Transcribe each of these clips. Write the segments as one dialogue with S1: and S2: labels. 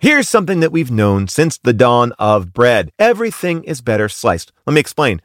S1: Here's something that we've known since the dawn of bread. Everything is better sliced. Let me explain.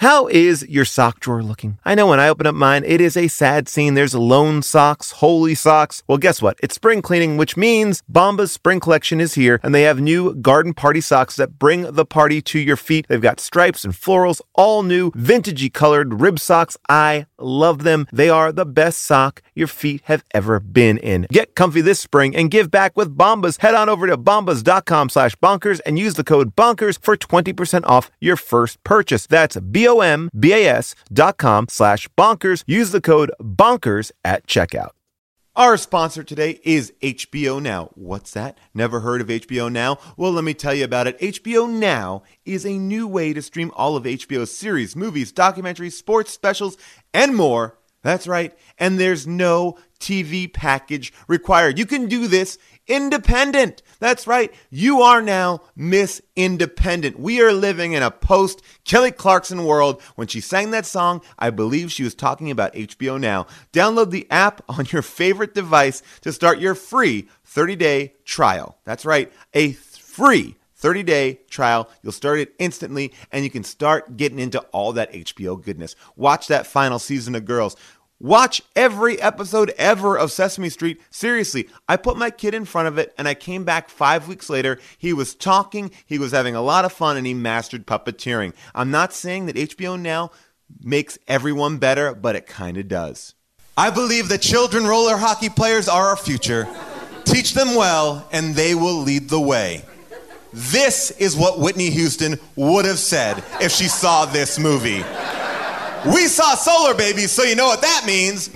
S1: How is your sock drawer looking? I know when I open up mine, it is a sad scene. There's lone socks, holy socks. Well, guess what? It's spring cleaning, which means Bomba's spring collection is here, and they have new garden party socks that bring the party to your feet. They've got stripes and florals, all new, vintagey colored rib socks. I love them. They are the best sock your feet have ever been in. Get comfy this spring and give back with Bombas. Head on over to bombas.com slash bonkers and use the code bonkers for 20% off your first purchase. That's B-O-M-B-A-S dot com slash bonkers. Use the code bonkers at checkout. Our sponsor today is HBO Now. What's that? Never heard of HBO Now? Well, let me tell you about it. HBO Now is a new way to stream all of HBO's series, movies, documentaries, sports specials, and more. That's right. And there's no TV package required. You can do this independent. That's right. You are now Miss Independent. We are living in a post Kelly Clarkson world. When she sang that song, I believe she was talking about HBO Now. Download the app on your favorite device to start your free 30 day trial. That's right. A free 30 day trial. You'll start it instantly and you can start getting into all that HBO goodness. Watch that final season of Girls. Watch every episode ever of Sesame Street. Seriously, I put my kid in front of it and I came back five weeks later. He was talking, he was having a lot of fun, and he mastered puppeteering. I'm not saying that HBO Now makes everyone better, but it kind of does. I believe that children roller hockey players are our future. Teach them well, and they will lead the way. This is what Whitney Houston would have said if she saw this movie. We saw Solar Babies, so you know what that means.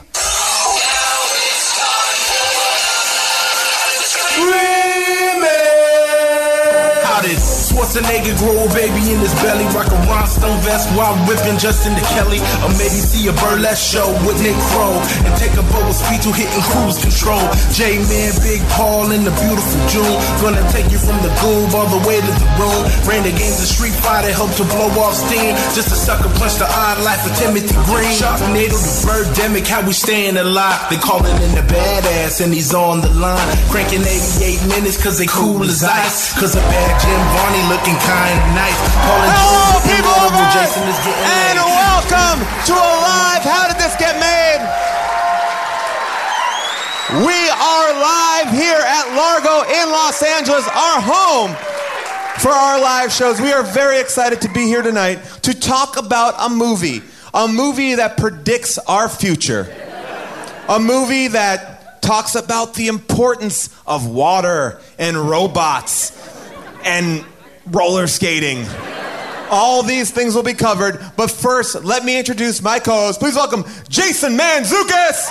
S2: Remix. Schwarzenegger grow a baby in his belly, rock a rhinestone vest while whipping Justin to Kelly, or maybe see a burlesque show with Nick Crow and take a boat with speed to hitting cruise control. J Man, Big Paul, and the beautiful June, gonna take you from the goob all the way to the room. Ran the games of Street Fighter, helped to blow off steam, just a sucker punch the odd life of Timothy Green. Sharknado to Birdemic, how we staying alive? They calling in the badass and he's on the line, cranking 88 minutes cause they cool as ice, cause a bad Jim Barney looking kind of nice. Paul and
S1: Hello,
S2: Julie,
S1: people of
S2: Honorable
S1: Earth,
S2: Jason is getting
S1: and
S2: laid.
S1: welcome to Alive. How did this get made? We are live here at Largo in Los Angeles, our home for our live shows. We are very excited to be here tonight to talk about a movie, a movie that predicts our future a movie that talks about the importance of water and robots and roller skating. All these things will be covered, but first, let me introduce my co host. Please welcome Jason Manzukis!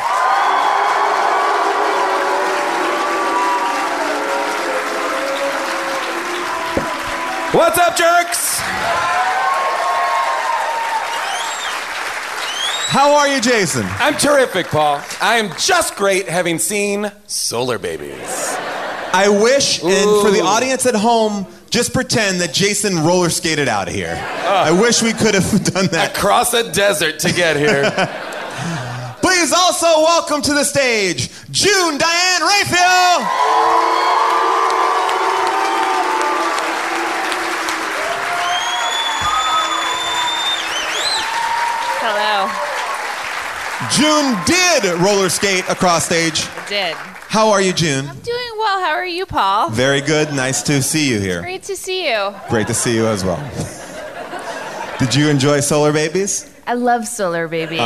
S1: What's up, jerks? How are you, Jason?
S3: I'm terrific, Paul. I am just great having seen Solar Babies.
S1: I wish, and for the
S3: Ooh.
S1: audience at home, just pretend that Jason roller skated out of here.
S3: Ah.
S1: I wish we could have done that.
S3: Across a desert to get here.
S1: Please also welcome to the stage June Diane Raphael.
S4: Hello.
S1: June did roller skate across stage.
S4: I did.
S1: How are you, June?
S4: Doing well. How are you, Paul?
S1: Very good. Nice to see you here.
S4: Great to see you.
S1: Great to see you as well. Did you enjoy Solar Babies?
S4: I love solar babies.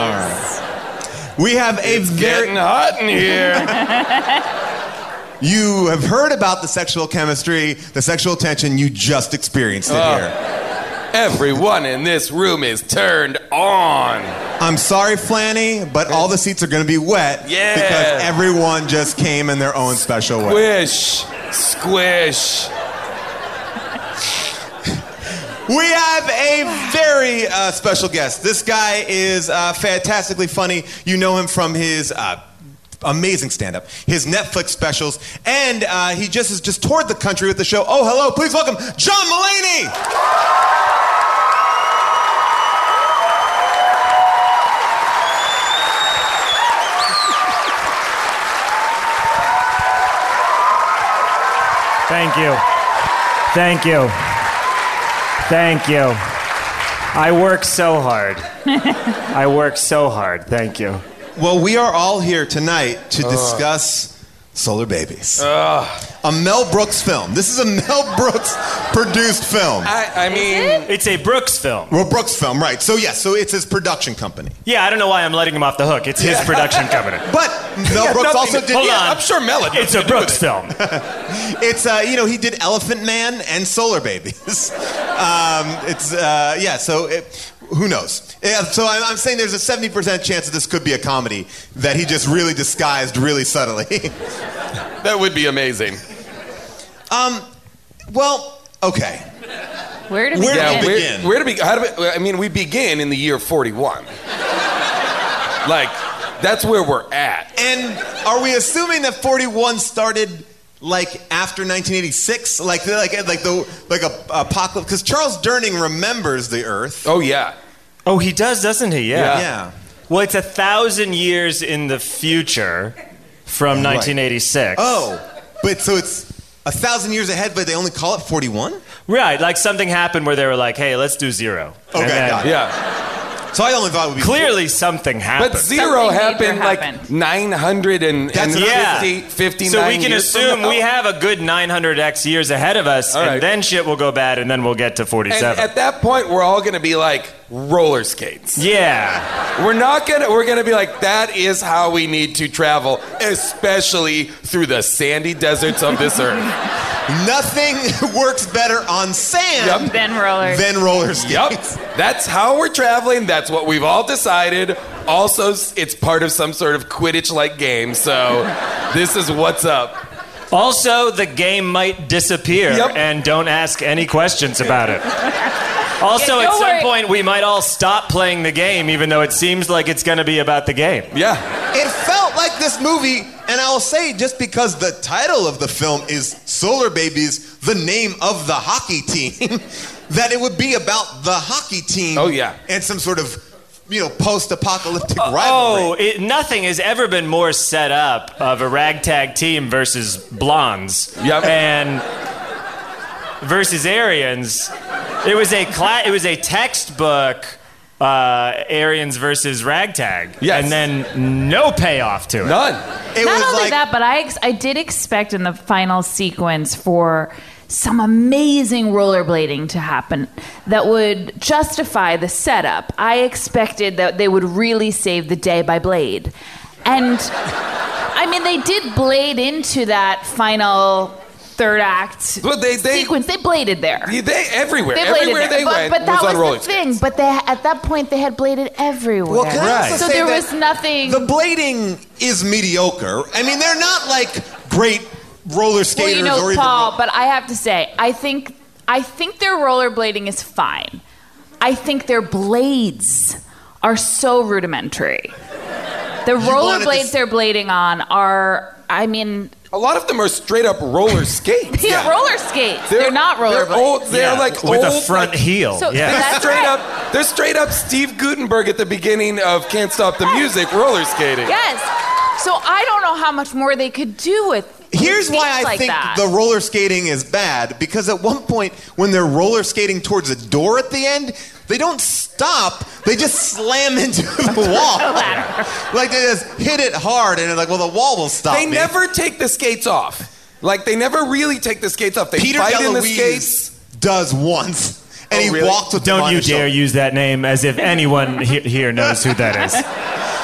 S1: We have a very.
S3: Getting hot in here.
S1: You have heard about the sexual chemistry, the sexual tension. You just experienced it here.
S3: Everyone in this room is turned on.
S1: I'm sorry, Flanny, but all the seats are going to be wet
S3: Yeah.
S1: because everyone just came in their own special way.
S3: Squish, squish.
S1: We have a very uh, special guest. This guy is uh, fantastically funny. You know him from his uh, amazing stand-up, his Netflix specials, and uh, he just is just toured the country with the show. Oh, hello! Please welcome John Mulaney.
S5: Thank you. Thank you. Thank you. I work so hard. I work so hard. Thank you. Uh.
S1: Well, we are all here tonight to discuss Solar Babies,
S3: Uh.
S1: a Mel Brooks film. This is a Mel Brooks produced film.
S3: I, I mean,
S5: It's a Brooks film.
S1: Well, Brooks film, right? So yes, so it's his production company.
S5: Yeah, I don't know why I'm letting him off the hook. It's his production company.
S1: But Mel Brooks
S3: nothing-
S1: also did.
S5: Hold
S3: yeah,
S5: on.
S3: I'm sure Mel had
S5: It's
S3: nothing
S5: a
S3: to do with
S5: Brooks
S3: it.
S5: film.
S1: It's uh, you know he did Elephant Man and Solar Babies. um, it's uh, yeah. So it, who knows? Yeah, so I'm, I'm saying there's a 70% chance that this could be a comedy that he just really disguised really subtly.
S3: That would be amazing.
S1: Um, well, okay.
S4: Where do we
S1: Where do
S3: Yeah,
S1: we
S4: begin?
S1: begin?
S3: where, where do we? How do we? I mean, we begin in the year 41. like, that's where we're at.
S1: And are we assuming that 41 started like after 1986, like like like the like a apocalypse? Because Charles Durning remembers the Earth.
S3: Oh yeah.
S5: Oh, he does, doesn't he?
S3: Yeah.
S5: Yeah.
S1: Yeah.
S5: Well, it's a thousand years in the future from 1986.
S1: Oh, but so it's a thousand years ahead, but they only call it 41.
S5: Right, like something happened where they were like, hey, let's do zero. And
S1: Okay,
S5: then-
S1: got it.
S3: Yeah.
S1: So I only thought it would be
S5: Clearly something happened.
S3: But zero
S4: major
S3: happened like
S4: happened.
S3: 900 and, and
S1: That's
S5: Yeah.
S3: 50, 59
S5: so we can
S3: years from
S5: assume
S3: now.
S5: we have a good 900x years ahead of us,
S3: All right.
S5: and then shit will go bad, and then we'll get to
S3: And
S5: 47.
S3: at that point, we're all gonna be like roller skates.
S5: yeah.
S3: We're not gonna. We're gonna be like that is how we need to travel, especially through the sandy deserts of this earth.
S1: Nothing works better on sand
S4: Ben Roller.
S1: than roller skates.
S3: Yup. That's how we're traveling. That's what we've all decided. Also, s- it's part of some sort of Quidditch-like game. So, this is what's up.
S5: Also, the game might disappear,
S3: Yep.
S5: and don't ask any questions about it. Also,
S4: Yeah,
S5: at
S4: don't
S5: some
S4: worry.
S5: point, we might all stop playing the game, even though it seems like it's going to be about the game.
S3: Yeah.
S1: It felt like this movie, and I'll say just because the title of the film is Solar Babies, the name of the hockey team, that it would be about the hockey team.
S3: Oh, yeah.
S1: And some sort of, you know, post-apocalyptic rivalry.
S5: Oh, it, nothing has ever been more set up of a ragtag team versus blondes
S3: Yep.
S5: and versus Aryans. It was a cla- it was a textbook uh, Aryans versus ragtag,
S3: Yes.
S5: and then no payoff to it.
S3: None.
S1: It
S4: Not
S1: was
S4: only
S1: like
S4: that, but I ex- I did expect in the final sequence for some amazing rollerblading to happen that would justify the setup. I expected that they would really save the day by blade, and I mean they did blade into that final third act
S3: Well, they- they-
S4: sequence. They bladed there.
S3: They, they- everywhere.
S4: They bladed
S3: everywhere
S4: there.
S3: they
S4: but,
S3: went
S4: but that
S3: was on roller
S4: the thing. But they at that point they had bladed everywhere.
S1: Well, can I also
S5: Right.
S4: So
S1: say
S4: there
S1: that
S4: was nothing-
S1: The blading is mediocre. I mean, they're not like great roller
S4: Well,
S1: skaters
S4: you
S1: or
S4: know,
S1: even.
S4: Paul, but I have to say, I think I think their rollerblading is fine. I think their blades are so rudimentary. The
S1: wanted
S4: rollerblades
S1: to-
S4: they're blading on are, I mean,
S3: A lot of them are straight up roller skates.
S4: they're roller skates. They're, not
S3: They're, old,
S4: rollerblades.
S3: they're
S5: Yeah,
S3: like
S5: with
S3: old,
S5: a front
S3: like,
S5: heel.
S4: So-
S5: yeah.
S4: That's
S3: straight
S4: right.
S3: up. They're straight up Steve Gutenberg at the beginning of Can't Stop the Music roller skating.
S4: Yes. So I don't know how much more they could do with
S1: Here's why I
S4: seems like
S1: think
S4: that.
S1: the roller skating is bad because at one point when they're roller skating towards a door at the end, they don't stop. They just slam into the wall. like they just hit it hard and they're like, well, the wall will stop.
S3: They
S1: me.
S3: never take the skates off. Like they never really take the skates off. They
S1: Peter
S3: fight in the
S1: DeLuise
S3: skates.
S1: does once, and
S3: Oh,
S1: he
S3: really?
S1: walked with them
S5: Don't
S1: on
S5: you
S1: his shoulder.
S5: dare use that name as if anyone he- here knows who that is.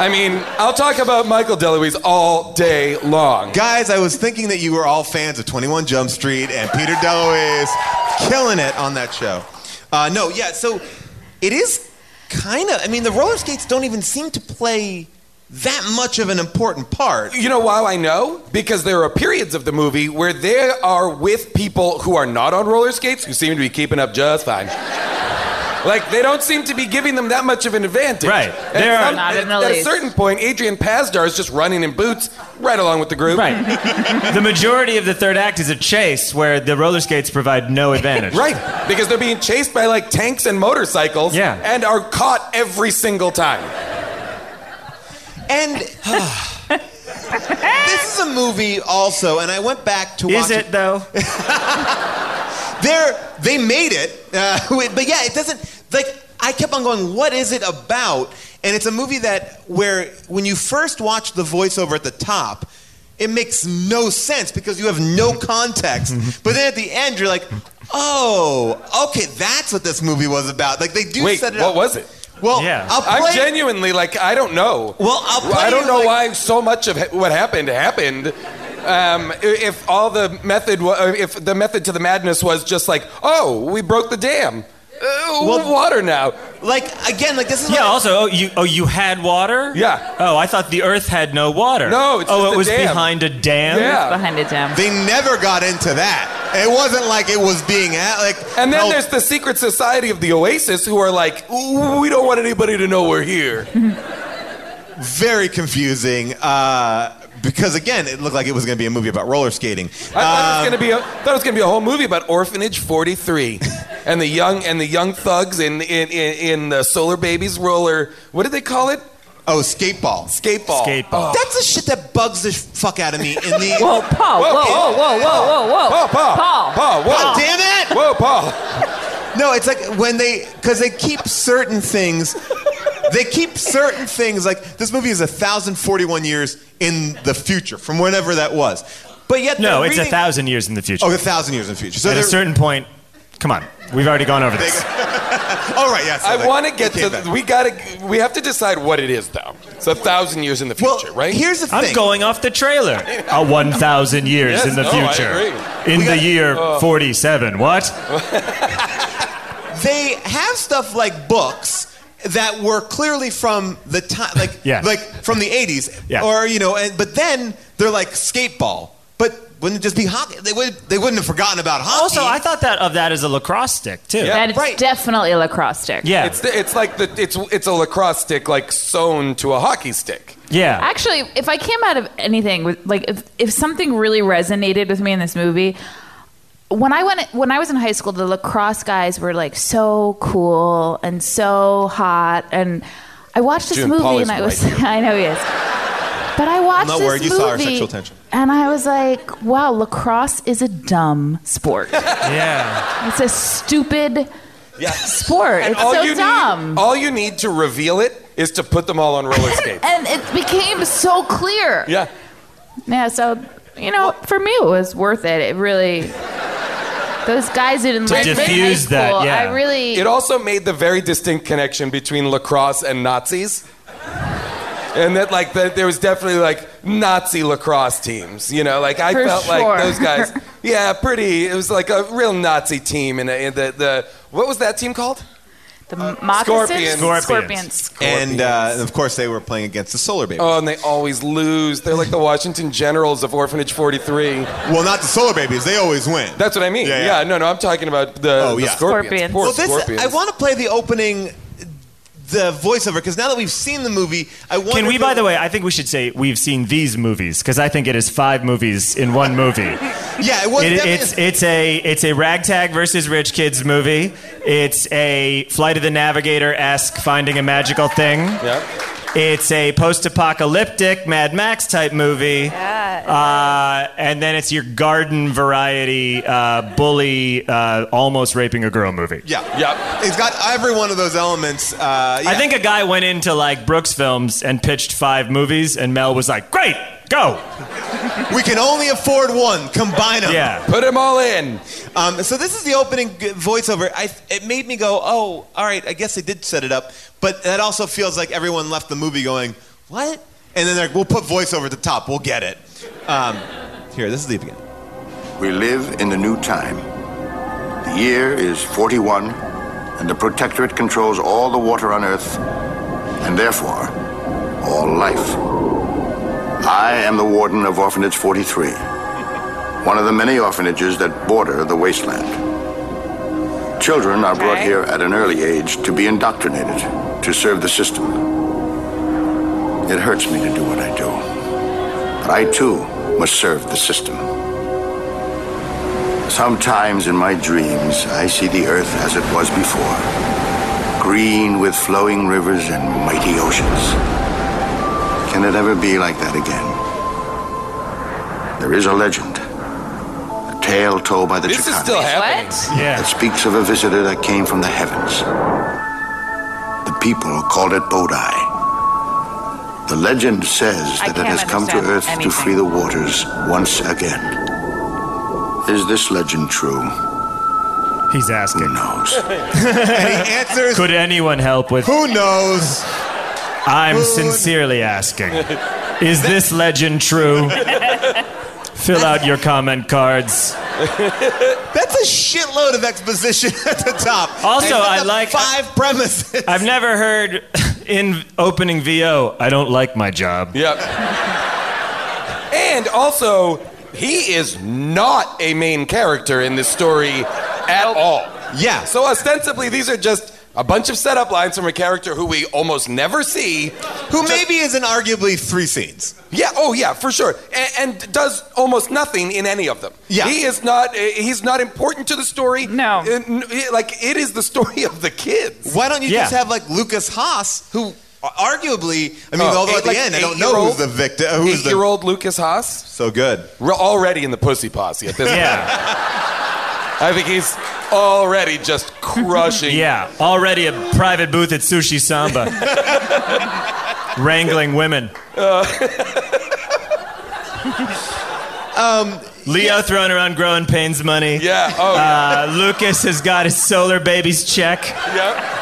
S3: I mean, I'll talk about Michael DeLuise all day long.
S1: Guys, I was thinking that you were all fans of 21 Jump Street and Peter DeLuise killing it on that show. Uh, no, yeah, so it is kind of, I mean, the roller skates don't even seem to play that much of an important part.
S3: You know why I know? Because there are periods of the movie where they are with people who are not on roller skates who seem to be keeping up just fine. Like they don't seem to be giving them that much of an advantage.
S5: Right.
S3: At
S5: There are-
S3: some-
S4: Not in the
S3: at, at a
S4: least.
S3: certain point, Adrian Pazdar is just running in boots right along with the group.
S5: Right. the majority of the third act is a chase where the roller skates provide no advantage.
S3: Right. Because they're being chased by like tanks and motorcycles
S5: Yeah.
S3: and are caught every single time.
S1: And this is a movie also, and I went back to watch
S5: Is it though?
S1: They're, they made it, uh, but yeah, it doesn't. Like I kept on going, what is it about? And it's a movie that where when you first watch the voiceover at the top, it makes no sense because you have no context. but then at the end, you're like, oh, okay, that's what this movie was about. Like they do
S3: Wait,
S1: set it
S3: what
S1: up.
S3: was it?
S1: Well,
S5: Yeah.
S1: Oh, I'll play.
S3: I'm genuinely like I don't know.
S1: Well, I'll play
S3: I don't
S1: you,
S3: know
S1: like-
S3: why so much of ha- what happened happened. Um, i- if all the method, wa- uh, if the method to the madness was just like, oh, we broke the dam, uh,
S1: Well-
S3: water now.
S1: Like again, like this is
S5: Yeah.
S1: what-
S5: Also, oh, you oh you had water.
S3: Yeah.
S5: Oh, I thought the Earth had no water.
S3: No, it's
S5: oh,
S3: just
S5: it
S3: a
S5: was
S3: dam.
S5: behind a dam.
S3: Yeah.
S4: behind a dam.
S1: They never got into that. It wasn't like it was being at like.
S3: And then
S1: no-
S3: there's the secret society of the Oasis who are like, "Ooh, we don't want anybody to know we're here.
S1: very confusing uh, because again it looked like it was going to be a movie about roller skating
S3: I thought it was
S1: Um,
S3: gonna be a thought it was gonna be a whole movie about Orphanage 43 and the young and the young thugs in in in, in the Solar Babies roller. What did they call it? Oh.
S1: oh skateball
S3: Skateball.
S5: Skateball.
S1: that's the shit that bugs the fuck out of me in the
S4: Whoa, Paul! Whoa,
S3: Whoa,
S4: whoa,
S3: Paul.
S4: whoa, whoa, whoa, whoa!
S3: Paul, Paul,
S4: Paul,
S3: Paul, whoa.
S1: God damn it
S3: Whoa, Paul.
S1: no it's like when they because they keep certain things they keep certain things like this movie is 1041 years in the future from whenever that was but yet
S5: No,
S1: they're
S5: it's a
S1: reading-
S5: thousand years in the future.
S1: oh a thousand years in the future so
S5: At a
S1: they're-
S5: certain point, come on, we've already gone over this.
S1: all right yes
S3: I want to get
S1: okay,
S3: to.
S1: back.
S3: We gotta. We have to decide what it is, though. It's a thousand years in the
S1: well
S3: future, right?
S1: here's the
S5: I'm
S1: thing
S5: going off the trailer. A 1,000 years
S3: Yes,
S5: in the
S3: no, I
S5: future.
S3: agree. Oh.
S5: In
S1: We
S5: the
S1: got-
S5: year 47. What?
S1: they have stuff like books that were clearly from the time like
S5: Yeah.
S1: like from the 80s
S5: Yeah.
S1: or you know and, but then they're like skateball but wouldn't it just be hockey they would they wouldn't have forgotten about hockey
S5: Also, I thought that of that as a lacrosse stick too.
S3: Yeah.
S4: That is
S1: Right.
S4: definitely a lacrosse stick.
S5: Yeah.
S3: It's the, it's like the it's it's a lacrosse stick like sewn to a hockey stick.
S5: yeah.
S4: Actually, if I came out of anything with like if, if something really resonated with me in this movie, when I went when I was in high school, the lacrosse guys were like so cool and so hot, and I watched this
S3: June,
S4: movie
S3: Paul is
S4: and I was
S3: right.
S4: I know he is, but I watched
S1: not
S4: this
S1: worried. You
S4: movie
S1: saw our sexual tension.
S4: and I was like, wow, lacrosse is a dumb sport.
S5: yeah.
S4: it's a stupid sport. it's so dumb.
S3: Need, all you need to reveal it is to put them all on roller skates.
S4: and it became so clear.
S3: yeah.
S4: Yeah, so you know, for me it was worth it. It really those guys who didn't
S5: To
S4: like me in high
S5: diffuse that,
S4: school,
S5: yeah.
S4: I really
S3: It also made the very distinct connection between lacrosse and Nazis. And that, like, that there was definitely like Nazi lacrosse teams, you know. Like, I
S4: For
S3: felt
S4: sure.
S3: like those guys, yeah, pretty. It was like a real Nazi team, and in the the what was that team called?
S4: the moccasins?
S3: Scorpions.
S5: Scorpions.
S4: Scorpions.
S1: and uh, of course they were playing against the solar babies
S3: Oh, and they always lose. They're like the Washington Generals of Orphanage 43.
S1: well not the solar babies they always win
S3: That's what I mean.
S1: Yeah, yeah.
S3: Yeah, no, no, I'm talking about the,
S1: Oh,
S3: the
S1: yeah.
S3: Scorpions.
S4: Scorpions.
S3: Poor
S1: well this
S3: Scorpions.
S1: i want to play the opening the voiceover because now that we've seen the movie i want
S5: Can we, by the way, I think we should say we've seen these movies because I think it is five movies in one movie.
S1: yeah it was
S5: It,
S1: definitely-
S5: it's it's a it's a ragtag versus rich kids movie. It's a Flight of the Navigator esque finding a magical thing.
S3: yeah.
S5: It's a post-apocalyptic Mad Max type movie, uh, and then it's your garden variety uh, bully, uh, almost raping a girl movie.
S1: Yeah.
S3: Yep.
S1: It's got every one of those elements. Uh,
S5: I think a guy went into like Brooks Films and pitched five movies, and Mel was like, "Great, go!"
S1: we can only afford one. Combine them.
S5: Yeah.
S3: Put them all in.
S1: Um, so this is the opening g- voiceover. I, it made me go, oh, all right, I guess they did set it up. But that also feels like everyone left the movie going, what? And then they're like, we'll put voiceover at the top. We'll get it. Um, here, this is the beginning.
S6: We live in a new time. The year is 41, and the Protectorate controls all the water on Earth, and therefore, all life. I am the warden of Orphanage 43, one of the many orphanages that border the wasteland. Children are brought
S4: Okay.
S6: here at an early age to be indoctrinated, to serve the system. It hurts me to do what I do, but I too must serve the system. Sometimes in my dreams, I see the earth as it was before green with flowing rivers and mighty oceans. Can it ever be like that again? There is a legend, a tale told by the
S3: This is
S6: Chicano
S3: still happening.
S4: What?
S6: that
S5: Yeah.
S6: speaks of a visitor that came from the heavens. The people called it Bodai. The legend says
S4: I
S6: that it
S4: can't
S6: has come to
S4: understand
S6: Earth
S4: anything.
S6: to free the waters once again. Is this legend true?
S5: He's
S6: Who
S5: asking,
S6: knows?
S1: And he answers,
S5: "Could anyone help with?"
S1: who knows?
S5: I'm sincerely asking, is this legend true? Fill out your comment cards.
S1: That's a shitload of exposition at the top.
S5: Also,
S1: They put
S5: I
S1: up
S5: like-
S1: five premises.
S5: I've never heard in opening VO, I don't like my job.
S3: Yep. and also, he is not a main character in this story at all.
S1: Yeah.
S3: So ostensibly, these are just a bunch of setup lines from a character who we almost never see.
S1: Who
S3: Just-
S1: maybe is in arguably three scenes.
S3: Yeah. Oh, yeah, for sure. And, and does almost nothing in any of them.
S1: Yeah.
S3: He is not. eh, He's not important to the story.
S4: No.
S3: Uh, n- Like it is the story of the kids.
S1: Why don't you
S5: Yeah.
S1: just have like Lucas Haas, who arguably, I mean,
S3: Oh,
S1: although at
S3: eight-
S1: the
S3: like
S1: end I don't know
S3: eight-year-old-
S1: who's the victim, who's the
S3: Eight-year-old Lucas Haas,
S1: so good.
S3: we're already in the pussy posse at this point.
S5: Yeah,
S3: I think he's already just crushing.
S5: yeah. Already a private booth at Sushi Samba, wrangling women.
S3: uh,
S5: Leo throwing around growing pains money.
S3: Um, Yeah. Oh,
S5: Uh, Lucas has got his solar babies check.
S3: yeah.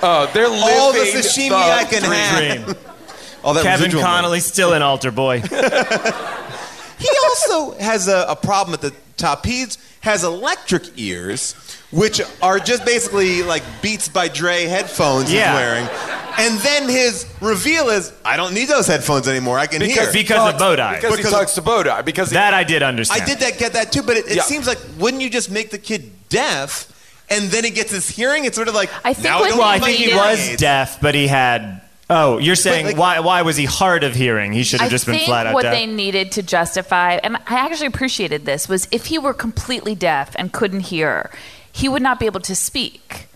S3: Oh, they're living
S1: All the sashimi
S3: the
S1: I can have.
S5: Dream.
S1: All that
S5: Kevin
S1: residual money.
S5: Connolly's still an altar boy.
S1: He also has a, a problem at the top. He has electric ears, which are just basically like Beats by Dre headphones
S5: Yeah.
S1: he's wearing. And then his reveal is, I don't need those headphones anymore. I can
S3: Because,
S1: hear.
S5: Because of
S3: talks-
S5: Bodai.
S3: Because,
S1: Because-
S3: he talks to Bodai. Because he-
S5: That I did understand.
S1: I did that, get that too, but it, it
S3: Yeah.
S1: seems like wouldn't you just make the kid deaf? And then he gets his hearing. It's sort of like
S4: I think
S1: now
S4: what
S1: don't
S5: Well, I
S1: need my
S5: think he
S1: hearing
S5: was
S1: aids.
S5: deaf, but he had. Oh, you're saying
S1: like-
S5: why? Why was he hard of hearing? He should have just
S4: I
S5: been
S4: think
S5: flat out
S4: what
S5: deaf.
S4: they needed to justify, and I actually appreciated this, was if he were completely deaf and couldn't hear, he would not be able to speak.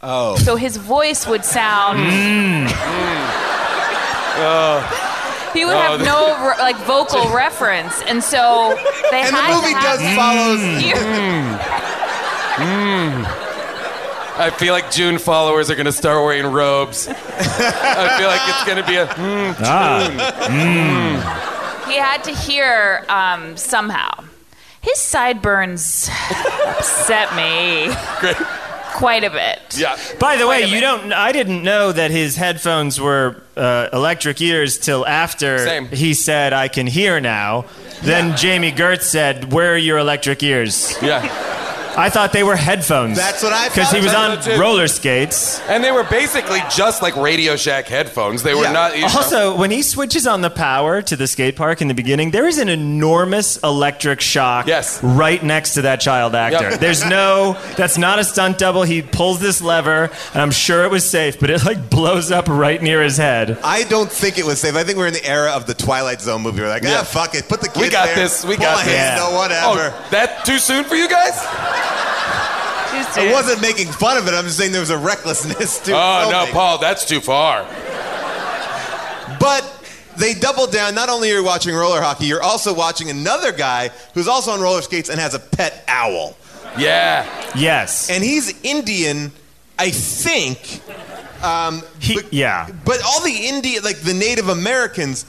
S4: Oh. So his voice would sound.
S5: Mm.
S4: He would
S7: Oh,
S4: have no re- like vocal reference, and so they
S1: And the
S4: had
S1: movie
S4: to have
S1: does follows.
S5: Mm.
S4: ear-
S3: Mm. I feel like June followers are going to start wearing robes. I feel like it's going to be a. mm,
S5: Ah, Mm.
S4: He had to hear um, somehow. His sideburns upset me
S3: great.
S4: quite a bit.
S3: Yeah.
S5: by the way,
S4: Wait a
S5: you don't. I didn't know that his headphones were uh, electric ears till after
S3: Same.
S5: he said, "I can hear now." Then Jamie Gertz said, "Where are your electric ears?"
S3: Yeah.
S5: I thought they were headphones.
S1: That's what I
S5: Because
S1: thought.
S5: he was
S3: I
S5: on
S3: thought so, too.
S5: roller skates.
S3: And they were basically just like Radio Shack headphones. They were
S1: Yeah.
S3: not. you know-
S5: Also, when he switches on the power to the skate park in the beginning, there is an enormous electric shock
S3: Yes.
S5: right next to that child actor.
S3: Yep.
S5: There's no, that's not a stunt double. He pulls this lever, and I'm sure it was safe, but it like blows up right near his head.
S1: I don't think it was safe. I think we're in the era of the Twilight Zone movie. We're like, ah,
S3: Yeah.
S1: fuck it, put the kid
S3: we got
S1: there,
S3: this. We
S1: pull
S3: got
S1: my
S3: this.
S1: hand, no, whatever.
S3: Oh, that too soon for you guys?
S4: Just-
S1: I wasn't making fun of it. I'm just saying there was a recklessness to.
S3: Oh, no,
S1: filming.
S3: Paul, that's too far.
S1: But they double down. Not only are you watching roller hockey, you're also watching another guy who's also on roller skates and has a pet owl.
S3: Yeah.
S5: Yes.
S1: And he's Indian, I think. Um,
S5: He- yeah.
S1: But all the Indian, like the Native Americans,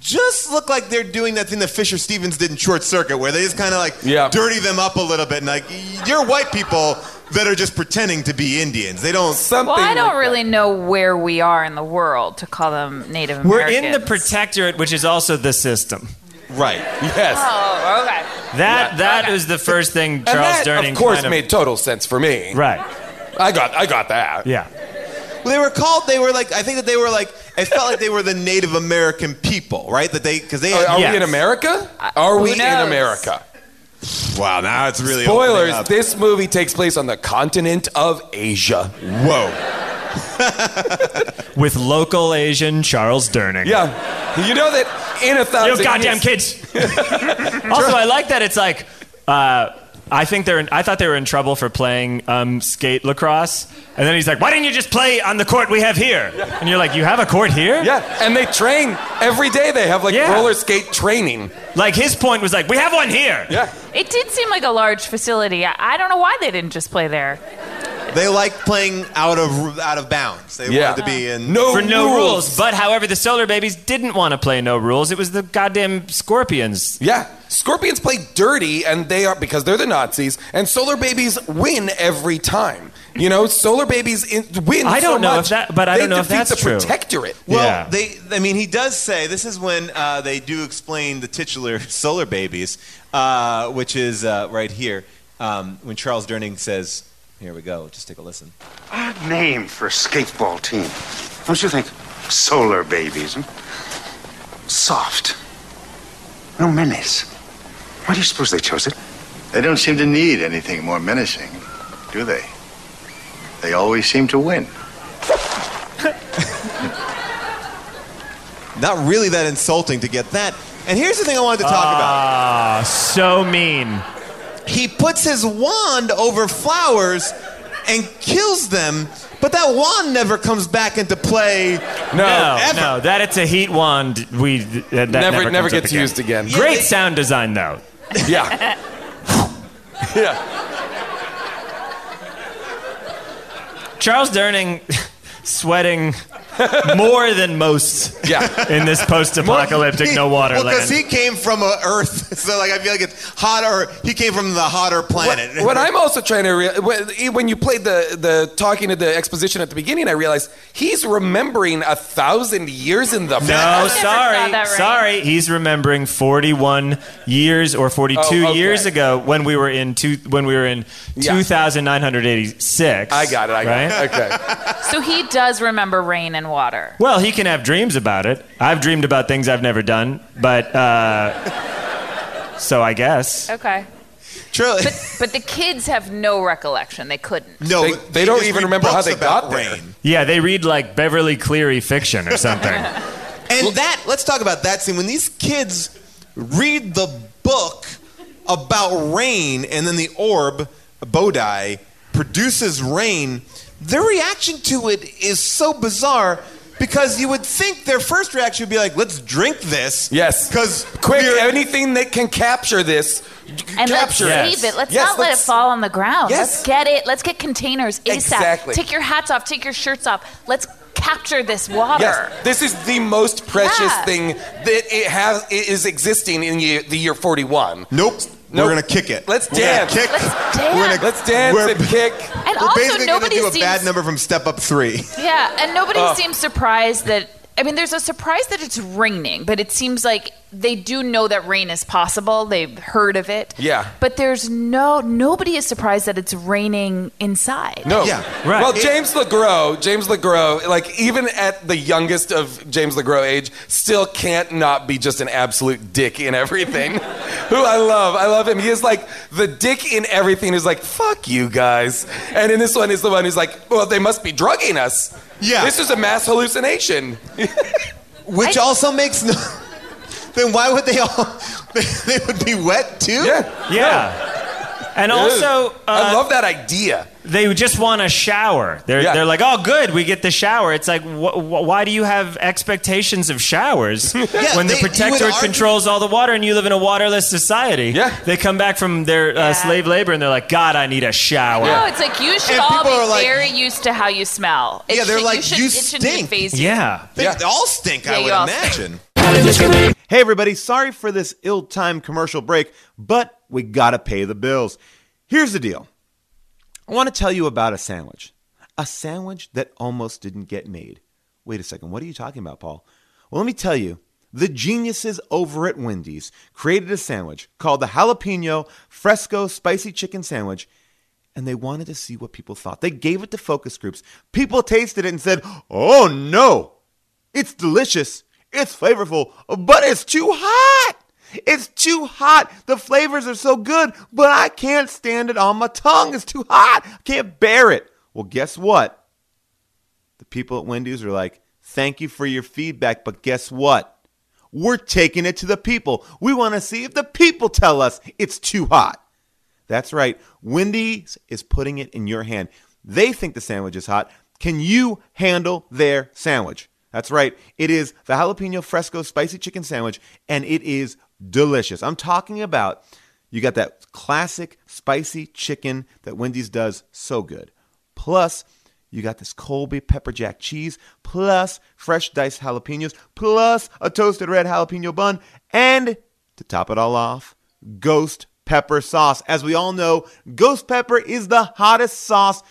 S1: just look like they're doing that thing that Fisher Stevens did in Short Circuit, where they just kind of like
S3: Yeah.
S1: dirty them up a little bit. And like, you're white people that are just pretending to be Indians. They don't.
S3: Something.
S4: Well, I
S3: like
S4: don't
S3: that.
S4: really know where we are in the world to call them Native
S5: We're
S4: Americans.
S5: in the protectorate, which is also the system.
S1: Right.
S3: Yes.
S4: Oh, okay.
S5: That that was the first thing
S3: and
S5: Charles
S3: that,
S5: Durning
S3: of course,
S5: kind of-
S3: made total sense for me.
S5: right.
S3: I got, I got that.
S5: Yeah.
S1: Well, they were called. They were like. I think that they were like. It felt like they were the Native American people, right? That they because they.
S3: Are, are
S5: Yes.
S3: we in America? Are
S4: who
S3: we in
S4: knows?
S3: America?
S1: wow, now it's really opening
S3: Spoilers:
S1: up.
S3: This movie takes place on the continent of Asia.
S1: Whoa.
S5: With local Asian Charles Durning.
S3: Yeah, you know that in a thousand.
S5: You goddamn
S3: years-
S5: kids. also, I like that it's like. Uh, I think they're. In, I thought they were in trouble for playing um, skate lacrosse, and then he's like, "Why didn't you just play on the court we have here?" And you're like, "You have a court here?"
S3: Yeah, and they train every day. They have like
S5: Yeah.
S3: roller skate training.
S5: Like his point was like, "We have one here."
S3: Yeah,
S4: It did seem like a large facility. I, I don't know why they didn't just play there.
S1: They like playing out of out of bounds. They
S3: yeah.
S1: wanted to be in.
S3: no
S5: For no rules.
S3: rules.
S5: but however, the Solar Babies didn't want to play no rules. It was the goddamn Scorpions.
S3: Yeah, scorpions play dirty, and they are because they're the Nazis. And solar babies win every time. You know, solar babies in, win.
S5: I don't
S3: so
S5: know if
S3: much,
S5: that- but I
S3: they
S5: don't know if
S3: defeat
S5: that's
S3: the
S5: true.
S3: Protectorate.
S1: Well,
S5: Yeah.
S1: they. I mean, he does say this is when uh, they do explain the titular solar babies, uh, which is uh, right here um, when Charles Durning says, "Here we go. Just take a listen."
S6: Odd name for a skateball team. Don't you think? Solar babies. hmm? Soft. No menace. Why do you suppose they chose it? They don't seem to need anything more menacing, do they? They always seem to win.
S1: Not really that insulting to get that. And here's the thing I wanted to talk about.
S5: Ah, so mean.
S1: he puts his wand over flowers and kills them, but that wand never comes back into play.
S5: No,
S1: ever.
S5: no, that it's a heat wand. We that
S3: Never-
S5: never
S3: never
S5: comes up
S3: gets used again.
S5: Great
S1: Yeah, they-
S5: sound design though.
S3: Yeah. yeah.
S5: Charles Durning sweating more than most
S3: Yeah.
S5: in this post-apocalyptic no water
S1: Well, because
S5: land.
S1: he came from a Earth, so like I feel like it's hotter. He came from the hotter planet.
S3: What, what I'm also trying to real when when you played the the talking to the exposition at the beginning, I realized he's remembering a thousand years in the
S5: no,
S3: past.
S4: never got
S5: sorry,
S4: that right.
S5: sorry. He's remembering 41 years or 42
S3: Oh, okay.
S5: years ago when we were in two, when we were in
S3: Yeah.
S5: 2,986.
S3: I got it. I got
S5: right?
S3: it. Okay.
S4: So he does remember rain and water.
S5: Well, he can have dreams about it. I've dreamed about things I've never done, but uh, so I guess.
S4: Okay.
S1: Truly,
S4: But but the kids have no recollection. They couldn't.
S1: no,
S3: They- they don't
S1: just
S3: even
S1: read
S3: remember how
S1: books
S3: they
S1: about
S3: got there.
S1: rain.
S5: Yeah, they read like Beverly Cleary fiction or something.
S1: And that, let's talk about that scene. When these kids read the book about rain and then the orb, Bodai, produces rain, their reaction to it is so bizarre because you would think their first reaction would be like, let's drink this.
S3: Yes.
S1: Because
S3: Quick, anything that can capture this,
S4: And let's
S3: capture it.
S5: Yes.
S4: save it. Let's
S3: Yes,
S4: not let it
S3: let's-
S4: fall on the ground.
S3: Yes.
S4: Let's get it. Let's get containers ASAP.
S3: Exactly.
S4: Take your hats off. Take your shirts off. Let's capture this water.
S3: Yes, this is the most precious
S4: Yeah.
S3: thing that it has it is existing in year, the year 41.
S1: Nope.
S3: Nope.
S1: We're going to kick it.
S3: Let's
S1: We're gonna
S3: dance.
S1: kick.
S4: Let's
S1: We're
S4: dance.
S1: gonna,
S3: Let's dance
S1: We're-
S3: and kick.
S4: And
S1: We're
S4: also
S1: basically going to
S4: nobody
S1: do a
S4: seems
S1: bad number from Step Up 3.
S4: Yeah, and nobody
S3: Ugh.
S4: seems surprised that. I mean, there's a surprise that it's raining, but it seems like they do know that rain is possible. They've heard of it.
S3: Yeah.
S4: But there's
S8: Uh,
S4: no nobody is surprised that it's raining inside.
S3: No.
S1: Yeah,
S5: right.
S3: Well, James LeGros, James LeGros, like even at the youngest of James LeGros age, still can't not be just an absolute dick in everything. Who I love. I love him. He is like the dick in everything who's like, fuck you guys. And in this one is the one who's like, well, they must be drugging us.
S1: Yeah.
S3: This is a mass hallucination.
S1: Which also makes no. Then why would they all? They, they would be wet too.
S3: Yeah.
S5: Yeah. And also, uh,
S3: I love that idea.
S5: they just want a shower. They're,
S3: Yeah.
S5: they're like, oh, good, we get the shower. It's like, wh- wh- why do you have expectations of showers when
S9: they- you
S5: the
S9: would
S5: protectorate
S9: argue-
S5: controls all the water and you live in a waterless society?
S3: Yeah.
S5: They come back from their uh,
S4: Yeah.
S5: slave labor and they're like, God, I need a shower.
S4: No, it's like you should
S9: And
S4: all
S9: people are
S4: be
S9: like-
S4: very used to how you smell. It
S9: Yeah, they're
S4: should-
S9: like,
S4: should,
S9: "You
S4: it shouldn't
S9: stink."
S4: phase you.
S5: Yeah.
S9: They
S3: Yeah.
S9: all stink,
S4: Yeah,
S9: I
S4: you
S9: would
S4: all stink.
S9: imagine.
S1: Hey, everybody, sorry for this ill timed commercial break, but we gotta pay the bills. Here's the deal I wanna tell you about a sandwich, a sandwich that almost didn't get made. Wait a second, what are you talking about, Paul? Well, let me tell you. The geniuses over at Wendy's created a sandwich called the Jalapeno Fresco Spicy Chicken Sandwich, and they wanted to see what people thought. They gave it to focus groups. People tasted it and said, Oh no, it's delicious. It's flavorful, but it's too hot. It's too hot. The flavors are so good, but I can't stand it on my tongue. It's too hot. I can't bear it. Well, guess what? The people at Wendy's are like, thank you for your feedback, but guess what? We're taking it to the people. We want to see if the people tell us it's too hot. That's right. Wendy's is putting it in your hand. They think the sandwich is hot. Can you handle their sandwich? That's right. It is the jalapeno fresco spicy chicken sandwich, and it is delicious. I'm talking about you got that classic spicy chicken that Wendy's does so good. Plus, you got this Colby pepper jack cheese, plus fresh diced jalapenos, plus a toasted red jalapeno bun, and to top it all off, ghost pepper sauce. As we all know, ghost pepper is the hottest sauce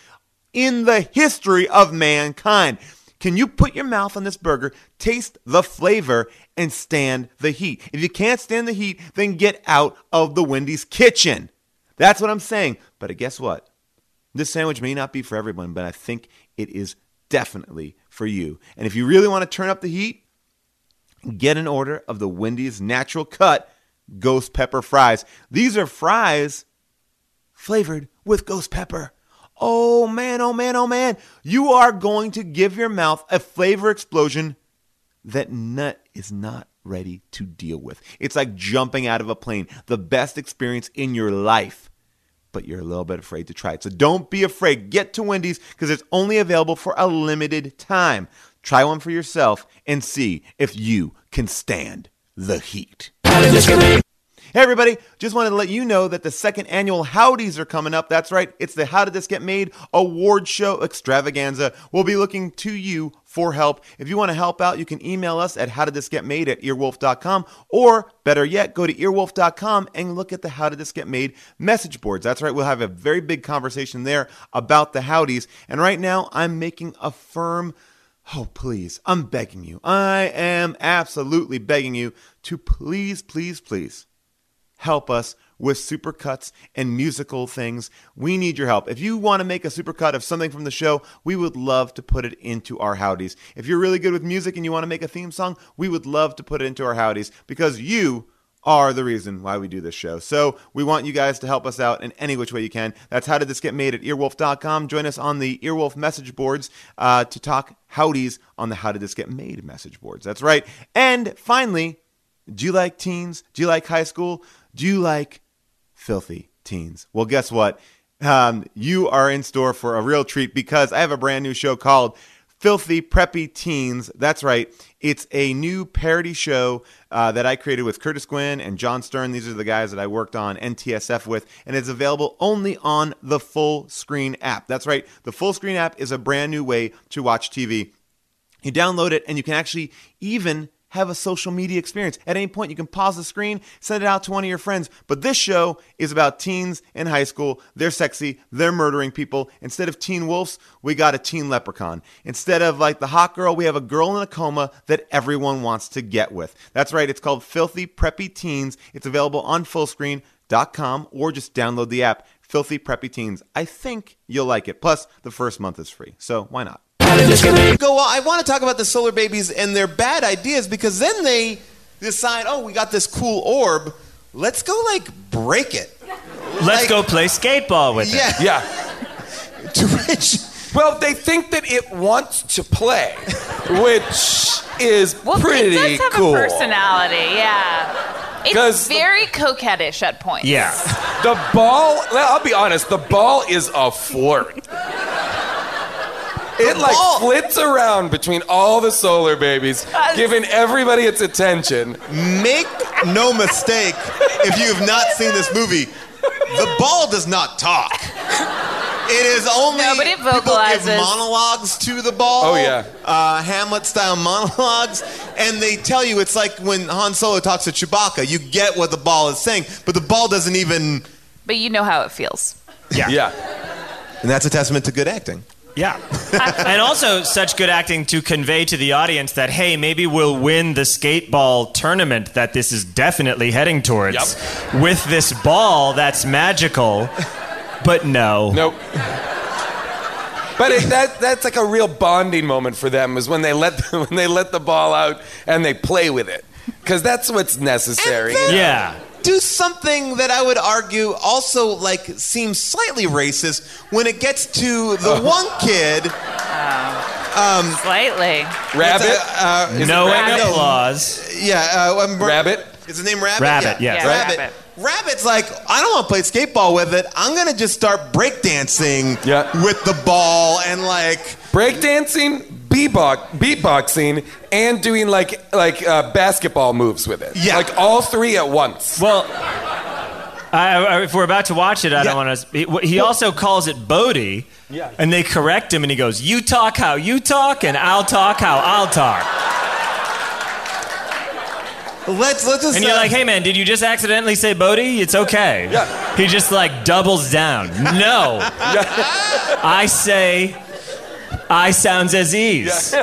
S1: in the history of mankind. Can you put your mouth on this burger, taste the flavor, and stand the heat? If you can't stand the heat, then get out of the Wendy's kitchen. That's what I'm saying. But guess what? This sandwich may not be for everyone, but I think it is definitely for you. And if you really want to turn up the heat, get an order of the Wendy's Natural Cut Ghost Pepper Fries. These are fries flavored with ghost pepper. Oh man, oh man, oh man. You are going to give your mouth a flavor explosion that nut is not ready to deal with. It's like jumping out of a plane, the best experience in your life, but you're a little bit afraid to try it. So don't be afraid. Get to Wendy's because it's only available for a limited time. Try one for yourself and see if you can stand the heat. Hey, everybody, just wanted to let you know that the second annual Howdies are coming up. That's right, it's the How Did This Get Made award show extravaganza. We'll be looking to you for help. If you want to help out, you can email us at howdidthisgetmade at earwolf.com, or better yet, go to earwolf.com and look at the How Did This Get Made message boards. That's right, we'll have a very big conversation there about the Howdies. And right now, I'm making a firm Oh, please, I'm begging you. I am absolutely begging you to please, please, please help us with supercuts and musical things. We need your help. If you want to make a supercut of something from the show, we would love to put it into our howdies. If you're really good with music and you want to make a theme song, we would love to put it into our howdies because you are the reason why we do this show. So we want you guys to help us out in any which way you can. That's how did this get made at earwolf.com. Join us on the earwolf message boards uh, to talk howdies on the how did this get made message boards. That's right. And finally, do you like teens? Do you like high school? Do you like filthy teens? Well, guess what? Um, you are in store for a real treat because I have a brand new show called Filthy Preppy Teens. That's right. It's a new parody show uh, that I created with Curtis Gwynn and John Stern. These are the guys that I worked on NTSF with, and it's available only on the full screen app. That's right. The full screen app is a brand new way to watch TV. You download it and you can actually even have a social media experience. At any point, you can pause the screen, send it out to one of your friends. But this show is about teens in high school. They're sexy, they're murdering people. Instead of teen wolves, we got a teen leprechaun. Instead of like the hot girl, we have a girl in a coma that everyone wants to get with. That's right, it's called Filthy Preppy Teens. It's available on fullscreen.com or just download the app, Filthy Preppy Teens. I think you'll like it. Plus, the first month is free, so why not?
S9: go, well, I want to talk about the solar babies and their bad ideas because then they decide, oh, we got this cool orb. Let's go, like, break it.
S5: Let's
S9: Like-
S5: go play skateball with it.
S9: Yeah.
S3: Yeah.
S9: To which,
S3: Well, they think that it wants to play, which is
S4: Well,
S3: pretty
S4: it does have
S3: cool.
S4: a personality, yeah.
S3: 'Cause
S4: It's
S3: the-
S4: very coquettish at points.
S5: Yeah.
S3: The ball, I'll be honest, the ball is a flirt. It like
S1: ball-
S3: flits around between all the solar babies, giving everybody its attention.
S1: Make no mistake, if you have not seen this movie, the ball does not talk. It is only
S4: No, but it
S1: people give
S4: vocalizes.
S1: monologues to the ball.
S3: Oh, yeah.
S1: uh, Hamlet-style monologues, and they tell you it's like when Han Solo talks to Chewbacca. You get what the ball is saying, but the ball doesn't even.
S4: But you know how it feels.
S3: Yeah.
S1: And that's a testament to good acting.
S5: Yeah. and also such good acting to convey to the audience that hey, maybe we'll win the skateball tournament that this is definitely heading towards with this ball that's magical. But no.
S3: Nope. But it, that that's like a real bonding moment for them is when they let the, when they let the ball out and they play with it, because that's what's necessary. you know?
S5: Yeah.
S1: Do something that I would argue also like seems slightly racist when it gets to the one kid. Um,
S4: Slightly.
S3: Rabbit.
S1: Uh, uh,
S5: No
S4: rabbit?
S5: end applause.
S1: yeah, uh, I'm-
S3: Rabbit?
S1: Is the name Rabbit?
S5: Rabbit, yes.
S4: Yeah,
S1: Rabbit.
S4: Rabbit.
S1: Rabbit's like, I don't want to play skateball with it. I'm gonna just start breakdancing
S3: Yeah.
S1: with the ball and like
S3: breakdancing, beatbox, beatboxing, and doing like like uh, basketball moves with it.
S1: Yeah.
S3: like all three at once.
S5: Well, I, I- if we're about to watch it, I
S1: Yeah.
S5: don't want to. He, he also calls it Bodie, yeah. and they correct him, and he goes, "You talk how you talk, and I'll talk how I'll talk."
S1: Let's let's just.
S5: And you're
S1: uh,
S5: like, "Hey, man, did you just accidentally say Bodie? It's okay."
S3: Yeah.
S5: He just like doubles down. No, I say, I sounds as ease.
S1: By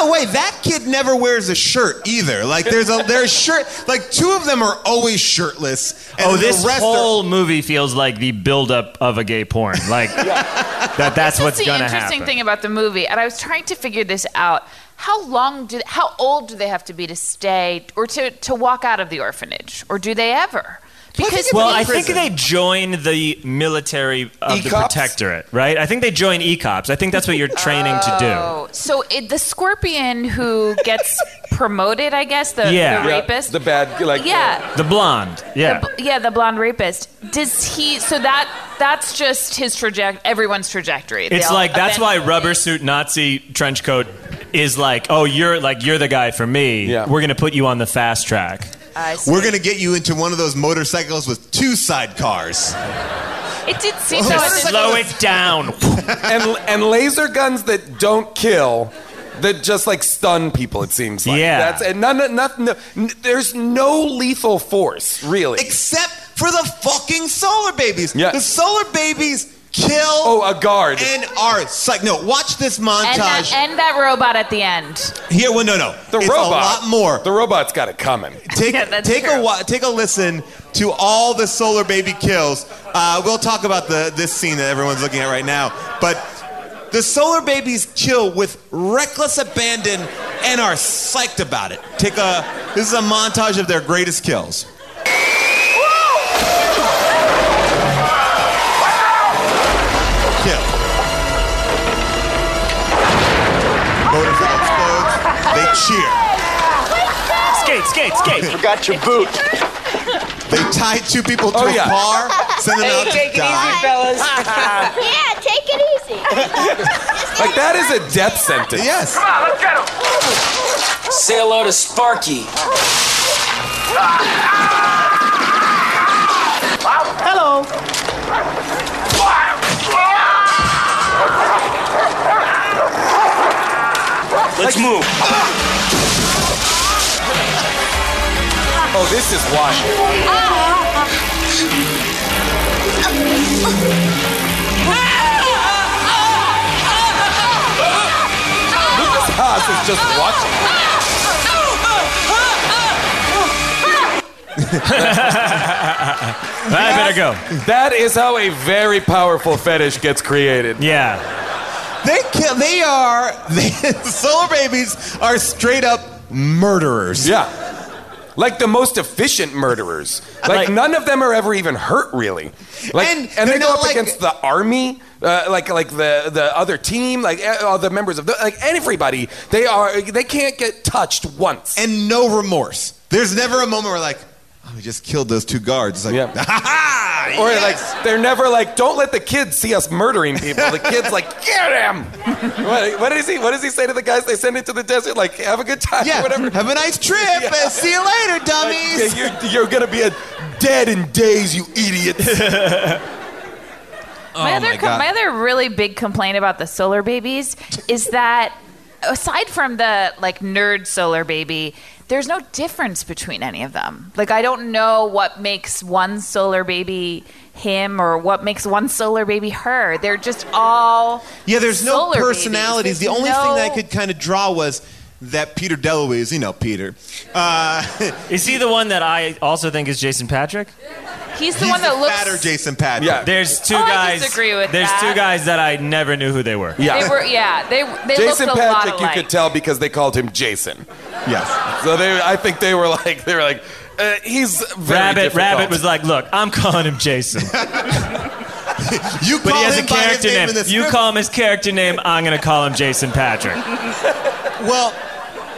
S1: the way, that kid never wears a shirt either. Like there's a there's shirt. Like two of them are always shirtless. And
S5: Oh,
S1: the
S5: this
S1: rest
S5: whole movie feels like the buildup of a gay porn. Like that. That's
S4: This
S5: what's
S4: is the
S5: gonna
S4: interesting
S5: happen.
S4: thing about the movie, and I was trying to figure this out. How long do how old do they have to be to stay or to, to walk out of the orphanage, or do they ever? Because
S5: Well,
S4: in
S5: I think
S4: prison-
S5: they joined the military of the
S3: E-cops?
S5: protectorate, right? I think they join ECOPS. I think that's what you're training to
S4: Oh, so it, the scorpion who gets promoted, I guess, the,
S5: Yeah.
S4: the
S5: Yeah,
S4: rapist,
S3: the bad like
S5: do.
S4: yeah,
S5: The blonde,
S4: the,
S5: yeah.
S4: bl- yeah, the blonde rapist. Does he? So that that's just his trajectory. Everyone's trajectory.
S5: it's like that's why rubber suit Nazi trench coat is like, oh, you're like you're the guy for me.
S3: Yeah.
S5: We're gonna put you on the fast track.
S1: We're gonna get you into one of those motorcycles with two sidecars.
S4: It did seem
S3: Oh,
S1: Well,
S4: though.
S1: it's
S4: at the-
S1: like-
S5: Slow it down.
S3: and and laser guns that don't kill. That just like stun people. It seems like
S5: Yeah.
S3: That's and none, nothing. No, n- there's no lethal force really.
S1: Except for the fucking solar babies.
S3: Yeah.
S1: The solar babies kill.
S3: oh, a guard.
S1: and are like no. Watch this
S4: and that,
S1: montage.
S4: and that robot at the end.
S1: Here, well, no, no.
S3: the
S1: it's
S3: robot.
S1: a lot more.
S3: The robot's got it coming.
S1: Take,
S4: Yeah, that's
S1: take a
S4: true.
S1: wa- take a listen to all the solar baby kills. Uh, we'll talk about the this scene that everyone's looking at right now, but the solar babies kill with reckless abandon and are psyched about it. Take a this is a montage of their greatest kills. Kill. Motorcycle explodes. They cheer.
S5: skate, skate, skate.
S10: Got your boot.
S1: They tied two people to
S3: Oh,
S1: a
S3: yeah.
S1: car, sent them out to
S11: Take it
S1: die.
S11: easy, fellas.
S7: Yeah, take it easy.
S3: Like that is a death sentence.
S1: Yes.
S11: Say hello to Sparky.
S10: Hello.
S11: Let's move.
S3: Oh, this is wild. Lucas Haas is just watching.
S5: I better go.
S3: That is how a very powerful fetish gets created.
S5: Yeah.
S1: They kill, they are they, solar babies are straight up murderers.
S3: Yeah. Like the most efficient murderers. Like,
S5: Like-
S3: none of them are ever even hurt really. Like
S1: And
S3: and,
S1: they're
S3: they go
S1: not
S3: up
S1: like-
S3: against the army, uh, like like the the other team, like eh, all the members of the like everybody. They are they can't get touched once.
S1: And no remorse. There's never a moment where like, oh, we just killed those two guards. It's like,
S3: Yeah.
S1: ha ha!
S3: Or
S1: yes!
S3: like they're never like, don't let the kids see us murdering people. The kids like, get him. what, what is he? What does he say to the guys? They send it to the desert. Like, have a good time.
S1: yeah,
S3: or whatever.
S1: have a nice trip.
S3: Yeah.
S1: and See you later, dummies.
S3: Yeah, you're, you're gonna be a dead in days, you idiots. Oh
S5: Oh,
S4: my other
S1: my
S4: co-
S1: God.
S4: my other really big complaint about the solar babies is that aside from the like nerd solar baby there's no difference between any of them like i don't know what makes one solar baby him or what makes one solar baby her they're just all
S1: Yeah, there's no
S4: solar babies.
S1: personalities. The
S4: There's
S1: only
S4: no-
S1: thing that I could kind of draw was that Peter Deluise, you know, Peter.
S5: Is he the one that I also think is Jason Patrick?
S4: he's the
S1: He's
S4: one that
S1: the
S4: looks
S1: fatter Jason Patrick.
S3: Yeah.
S5: There's two
S4: Oh, I
S5: guys.
S4: disagree with
S5: there's
S4: that.
S5: two guys that I never knew who they were.
S4: they
S3: Yeah.
S4: were yeah they they
S3: Jason
S4: looked a
S3: Patrick,
S4: lot
S3: you
S4: alike.
S3: could tell because they called him Jason.
S1: Yes.
S3: So they, I think they were like, they were like, uh, he's very
S5: Rabbit,
S3: difficult.
S5: Rabbit was like, "Look, I'm calling him Jason,
S1: You
S5: but
S1: call
S5: he has
S1: him
S5: a
S1: by his
S5: character
S1: name
S5: name.
S1: in the
S5: You
S1: script.
S5: call him his character name. I'm gonna call him Jason Patrick."
S1: Well,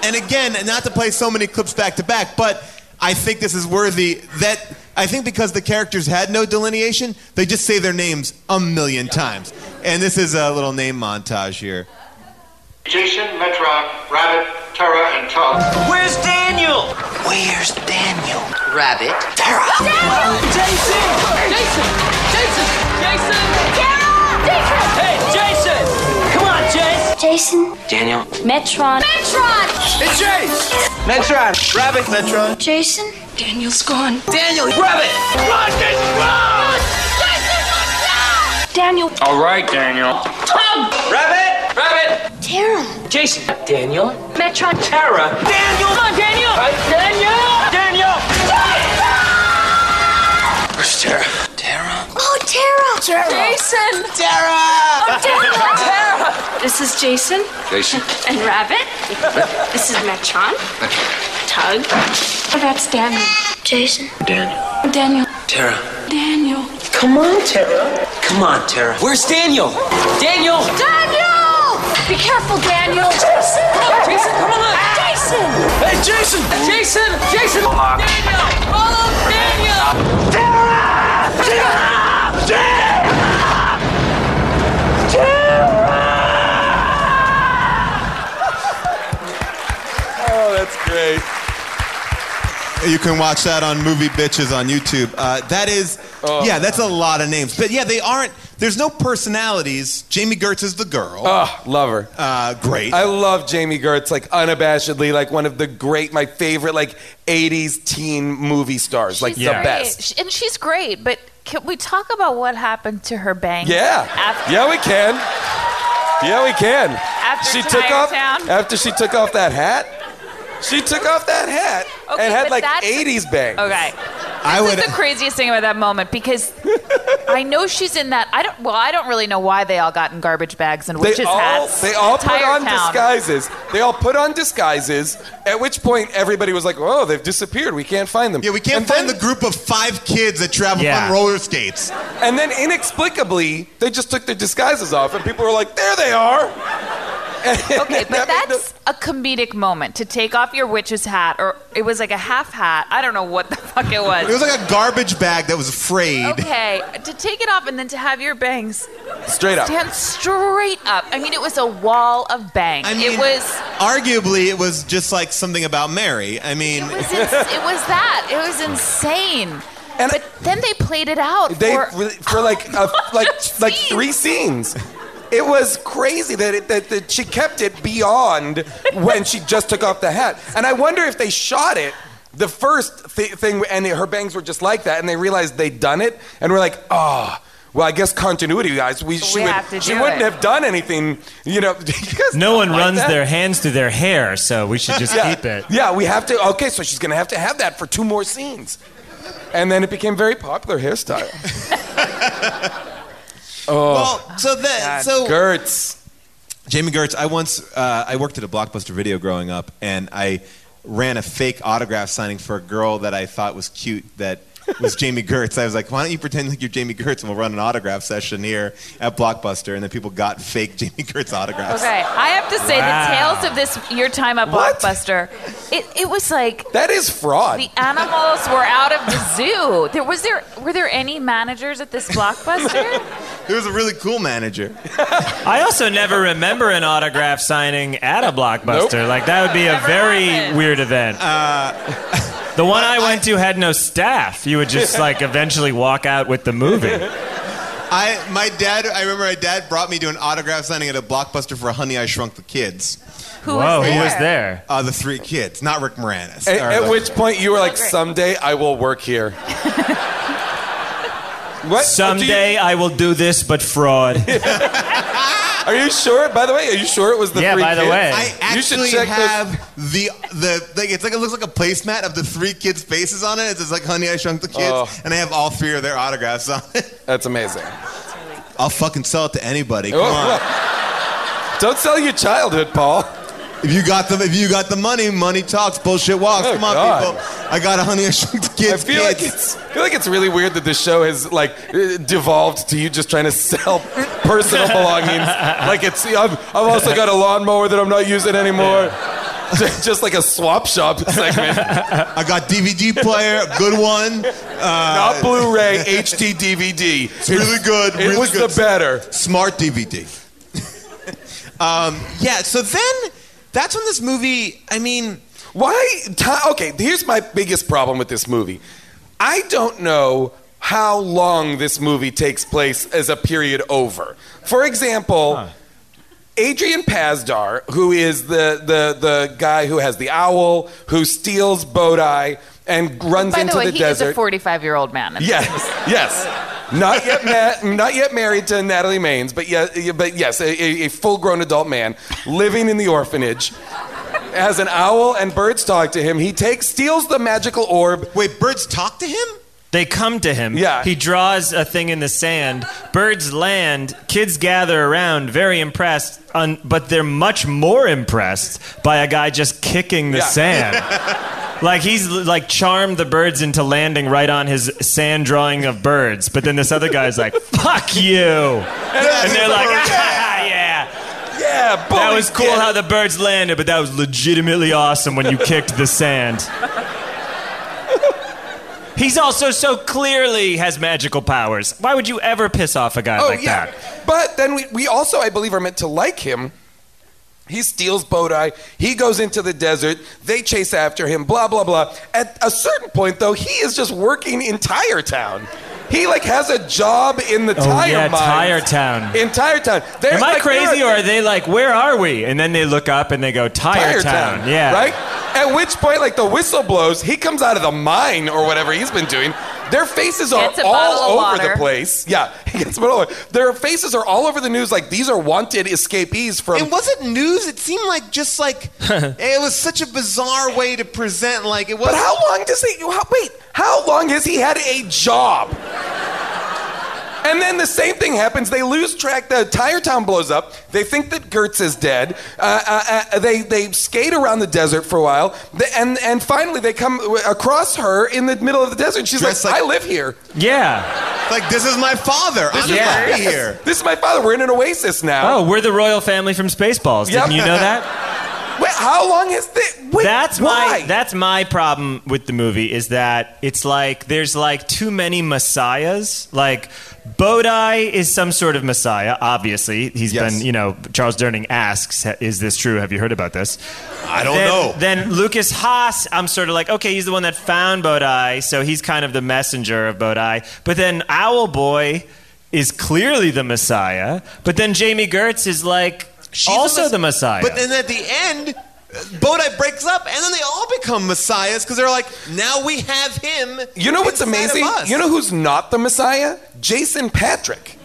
S1: and again, not to play so many clips back to back, but I think this is worthy that I think because the characters had no delineation, they just say their names a million times. And this is a little name montage here.
S10: Jason, Metrock, Rabbit, Terra, and Tug.
S11: Where's Daniel? Where's Daniel? Rabbit. Tara.
S7: Jason! Jason! Jason!
S11: Hey, Jason! Come on, Jason!
S7: Jason!
S11: Daniel.
S7: Metron! Metron!
S11: It's Jason! Metron. Rabbit. Metron.
S7: Jason! Daniel's gone.
S11: Daniel. Rabbit. Run, Jason, run!
S7: Daniel!
S11: All right, Daniel.
S7: Tug!
S11: Rabbit. Rabbit.
S7: Tara!
S11: Jason. Daniel.
S7: Metron!
S11: Tara. Daniel. Come on, Daniel. Daniel. Daniel. Where's Tara? Tara.
S7: Oh, Tara! Tara! Jason!
S11: Tara.
S7: Oh, Tara! Tara! This is Jason
S11: Jason.
S7: and Rabbit. this is Metron. Tug. Oh, that's Daniel. Jason.
S11: Daniel.
S7: Daniel.
S11: Tara.
S7: Daniel.
S11: Come on, Tara. Come on, Tara. Where's Daniel? Daniel.
S7: Daniel! Be careful, Daniel. Jason! Jason, come on! Jason!
S11: Hey, Jason. Jason. Jason.
S7: Daniel! Follow Daniel!
S3: Oh, that's great.
S1: You can watch that on Movie Bitches on YouTube. Uh, that is,
S4: Oh.
S1: yeah, that's a lot of names. But yeah, they aren't, there's no personalities. Jamie Gertz is the girl.
S3: Oh, love her.
S1: Uh, great.
S3: I love Jamie Gertz, like unabashedly, like one of the great, my favorite, like 80s teen movie stars, like
S4: She's
S3: the
S4: great.
S3: best.
S4: She- and she's great but can we talk about what happened to her bangs
S3: Yeah.
S4: after
S3: Yeah, we can. Yeah, we can.
S4: After
S3: she took
S4: Tiger
S3: off
S4: Town?
S3: after she took off that hat. She took off that hat
S4: Okay,
S3: and had
S4: but
S3: like
S4: that's-
S3: 80s bangs.
S4: okay
S1: I
S4: This is the craziest thing about that moment because I know she's in that. I don't. Well, I don't really know why they all got in garbage bags and
S3: They
S4: witches
S3: all,
S4: hats.
S3: they all put
S4: Entire
S3: on
S4: town.
S3: disguises. They all put on disguises. At which point, everybody was like, "Oh, they've disappeared. We can't find them."
S1: yeah, we can't
S3: And
S1: find
S3: then-
S1: the group of five kids that travel
S5: Yeah.
S1: on roller skates.
S3: And then inexplicably, they just took their disguises off, and people were like, "There they are."
S4: Okay, but that's a comedic moment to take off your witch's hat, or it was like a half hat. I don't know what the fuck it
S1: It was
S4: was.
S1: like a garbage bag that was frayed.
S4: Okay, to take it off and then to have your bangs
S3: straight up.
S4: stand straight up. I mean, it was a wall of bangs.
S1: I mean,
S4: it was.
S1: arguably it was just like something about Mary. I mean,
S4: It was, ins- it was that. It was insane.
S3: And-
S4: but then they played it out.
S3: They
S4: for,
S3: really- for like a, like like three scenes. It was crazy that, it, that that she kept it beyond when she just took off the hat. And I wonder if they shot it the first th- thing and her bangs were just like that and they realized they'd done it and we're like, "Oh, well, I guess continuity, guys. We, she
S4: We
S3: would,
S4: have to
S3: she
S4: do
S3: wouldn't
S4: it."
S3: have done anything, you know. you guys
S5: No one
S3: like
S5: runs
S3: that?
S5: their hands through their hair, so we should just
S3: yeah.
S5: keep it.
S3: Yeah, we have to. Okay, so she's gonna have to have that for two more scenes, and then it became very popular hairstyle. Oh.
S1: well, so that so
S3: Gertz.
S1: Jamie Gertz. I once uh, I worked at a blockbuster video growing up, and I ran a fake autograph signing for a girl that I thought was cute that. Was Jamie Gertz? I was like, why don't you pretend like you're Jamie Gertz and we'll run an autograph session here at Blockbuster? And then people got fake Jamie Gertz autographs.
S4: Okay, I have to say the
S5: Wow.
S4: tales of this your time at
S3: What?
S4: Blockbuster It, it was like
S3: That is fraud.
S4: the animals were out of the zoo. There was there were there any managers at this blockbuster?
S1: There was a really cool manager.
S5: I also never remember an autograph signing at a blockbuster.
S3: Nope.
S5: Like that would be a
S4: Never
S5: very
S4: happened.
S5: weird event.
S1: Uh,
S5: the one I went to had no staff. You would just like eventually walk out with the movie.
S1: I, my dad, I remember my dad brought me to an autograph signing at a blockbuster for Honey, I Shrunk the Kids.
S4: Who
S5: Whoa,
S4: was there?
S5: who was there?
S1: Uh, the three kids, not Rick Moranis.
S3: At,
S1: Or
S3: at
S1: the-
S3: which point you were like,
S4: great.
S3: someday I will work here. what?
S5: Someday I will do this, but fraud.
S3: Are you, are you sure? By the way, are you sure it was the
S5: Yeah,
S3: three
S5: by the
S3: kids?
S5: way.
S1: I
S3: You should
S1: actually
S3: check those-
S1: have the the like it's like it looks like a placemat of the three kids' faces on it. It's just like Honey, I Shrunk the Kids,
S3: Oh.
S1: and I have all three of their autographs on it.
S3: That's amazing.
S1: I'll fucking sell it to anybody. Come on.
S3: Oh, Don't sell your childhood, Paul.
S1: If you got the if you got the money, money talks, bullshit walks.
S3: Oh,
S1: Come on,
S3: God.
S1: people. I got a honey I shrunk the
S3: I
S1: kids.
S3: feel like
S1: kids.
S3: it's I feel like it's really weird that this show has like uh, devolved to you just trying to sell personal belongings. Like it's I've, I've also got a lawnmower that I'm not using anymore. Just, just like a swap shop segment,
S1: I got DVD player, a good one. Uh,
S3: not Blu-ray, HD DVD.
S1: it's really good.
S3: It
S1: really
S3: was
S1: good.
S3: the better.
S1: smart DVD. um, yeah. So then, that's when this movie. I mean,
S3: Why? Ti okay, here's my biggest problem with this movie. I don't know how long this movie takes place as a period over. For example, Adrian Pazdar, who is the, the, the guy who has the owl, who steals Bodai and runs
S4: By
S3: into
S4: the way,
S3: the
S4: he
S3: desert.
S4: is a 45 year old man.
S3: Yes, yes. Not yet, ma- not yet married to Natalie Maines, but yeah, but yes, a, a, a full-grown adult man living in the orphanage. As an owl and birds talk to him, he takes steals the magical orb.
S1: wait, birds talk to him.
S5: They come to him.
S3: Yeah.
S5: He draws a thing in the sand. Birds land. Kids gather around, very impressed. Un- but they're much more impressed by a guy just kicking the
S3: Yeah.
S5: sand. like he's like charmed the birds into landing right on his sand drawing of birds. But then this other guy's like, "Fuck you," and they're like, "Ah, "Yeah."
S3: Yeah, bully
S5: That was cool
S3: kid.
S5: how the birds landed, but that was legitimately awesome when you kicked the sand. He's also so clearly has magical powers. Why would you ever piss off a guy
S3: oh
S5: like
S3: yeah,
S5: that?
S3: but then we, we also I believe are meant to like him. He steals Bodai. He goes into the desert. They chase after him. Blah blah blah. At a certain point, though, he is just working in Tire Town. He like has a job in the
S5: Oh,
S3: tire
S5: yeah,
S3: mines.
S5: Tire Town.
S3: In Tire Town. They're,
S5: Am I
S3: like, they're-
S5: crazy or are they like, where are we? And then they look up and they go, Tire, Town. Yeah.
S3: Right? At which point, like the whistle blows, he comes out of the mine or whatever he's been doing. Their faces are
S4: Gets a bottle of
S3: all over
S4: water.
S3: the place. Yeah, he gets a bottle of- Their faces are all over the news. Like these are wanted escapees from.
S1: It wasn't news. It seemed like just like it was such a bizarre way to present. Like it was.
S3: but how long does he? How, wait, how long has he had a job? And then the same thing happens. They lose track. The tire town blows up. They think that Gertz is dead. Uh, uh, uh, they they skate around the desert for a while, They- and and finally they come across her in the middle of the desert. She's like,
S1: Dressed like-
S3: "I live here.
S5: Yeah.
S1: Like this is my father. I'm
S5: is
S1: yeah.
S5: my-
S1: here.
S3: This is my father. We're in an oasis now."
S5: Oh, we're the royal family from Spaceballs.
S3: Yep.
S5: Didn't you know that?
S3: Wait, how long has this? Wait,
S5: that's
S3: why?
S5: my that's my problem with the movie is that it's like there's like too many messiahs. Like Bodai is some sort of messiah. Obviously, he's
S1: Yes.
S5: been you know Charles Durning asks, "Is this true? Have you heard about this?"
S1: I don't
S5: then,
S1: know.
S5: Then Lucas Haas, I'm sort of like, okay, he's the one that found Bodai, so he's kind of the messenger of Bodai. But then Owl Boy is clearly the messiah. But then Jamie Gertz is like
S1: She's
S5: also
S1: mess-
S5: the messiah.
S1: But then at the end, Bodai breaks up, and then they all become messiahs because they're like, now we have him.
S3: you know what's
S1: inside of
S3: amazing?
S1: us.
S3: You know who's not the Messiah? Jason Patrick.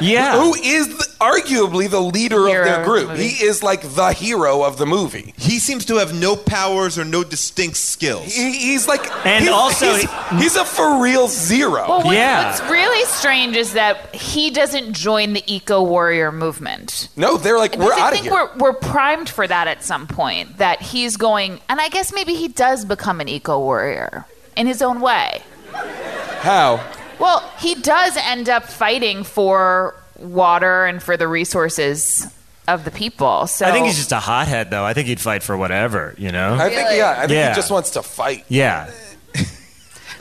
S5: yeah.
S3: who is the, arguably the leader
S4: Hero
S3: of their
S4: of
S3: group.
S4: the movie.
S3: he is like the hero of the movie.
S1: he seems to have no powers or no distinct skills.
S3: He, he's like,
S5: And
S3: he's-
S5: also-
S3: he's, he's a for real zero.
S4: Well, what,
S5: Yeah.
S4: what's really strange is that he doesn't join the eco warrior movement.
S3: no, they're like, we're
S4: Because I
S3: out of
S4: think
S3: here.
S4: we're we're primed for that at some point. That he's going, and I guess maybe he does become an eco warrior in his own way.
S3: How?
S4: Well, he does end up fighting for water and for the resources of the people. So
S5: I think he's just a hothead, though. I think he'd fight for whatever, you know?
S3: I think, yeah, I think
S5: Yeah.
S3: he just wants to fight.
S5: Yeah.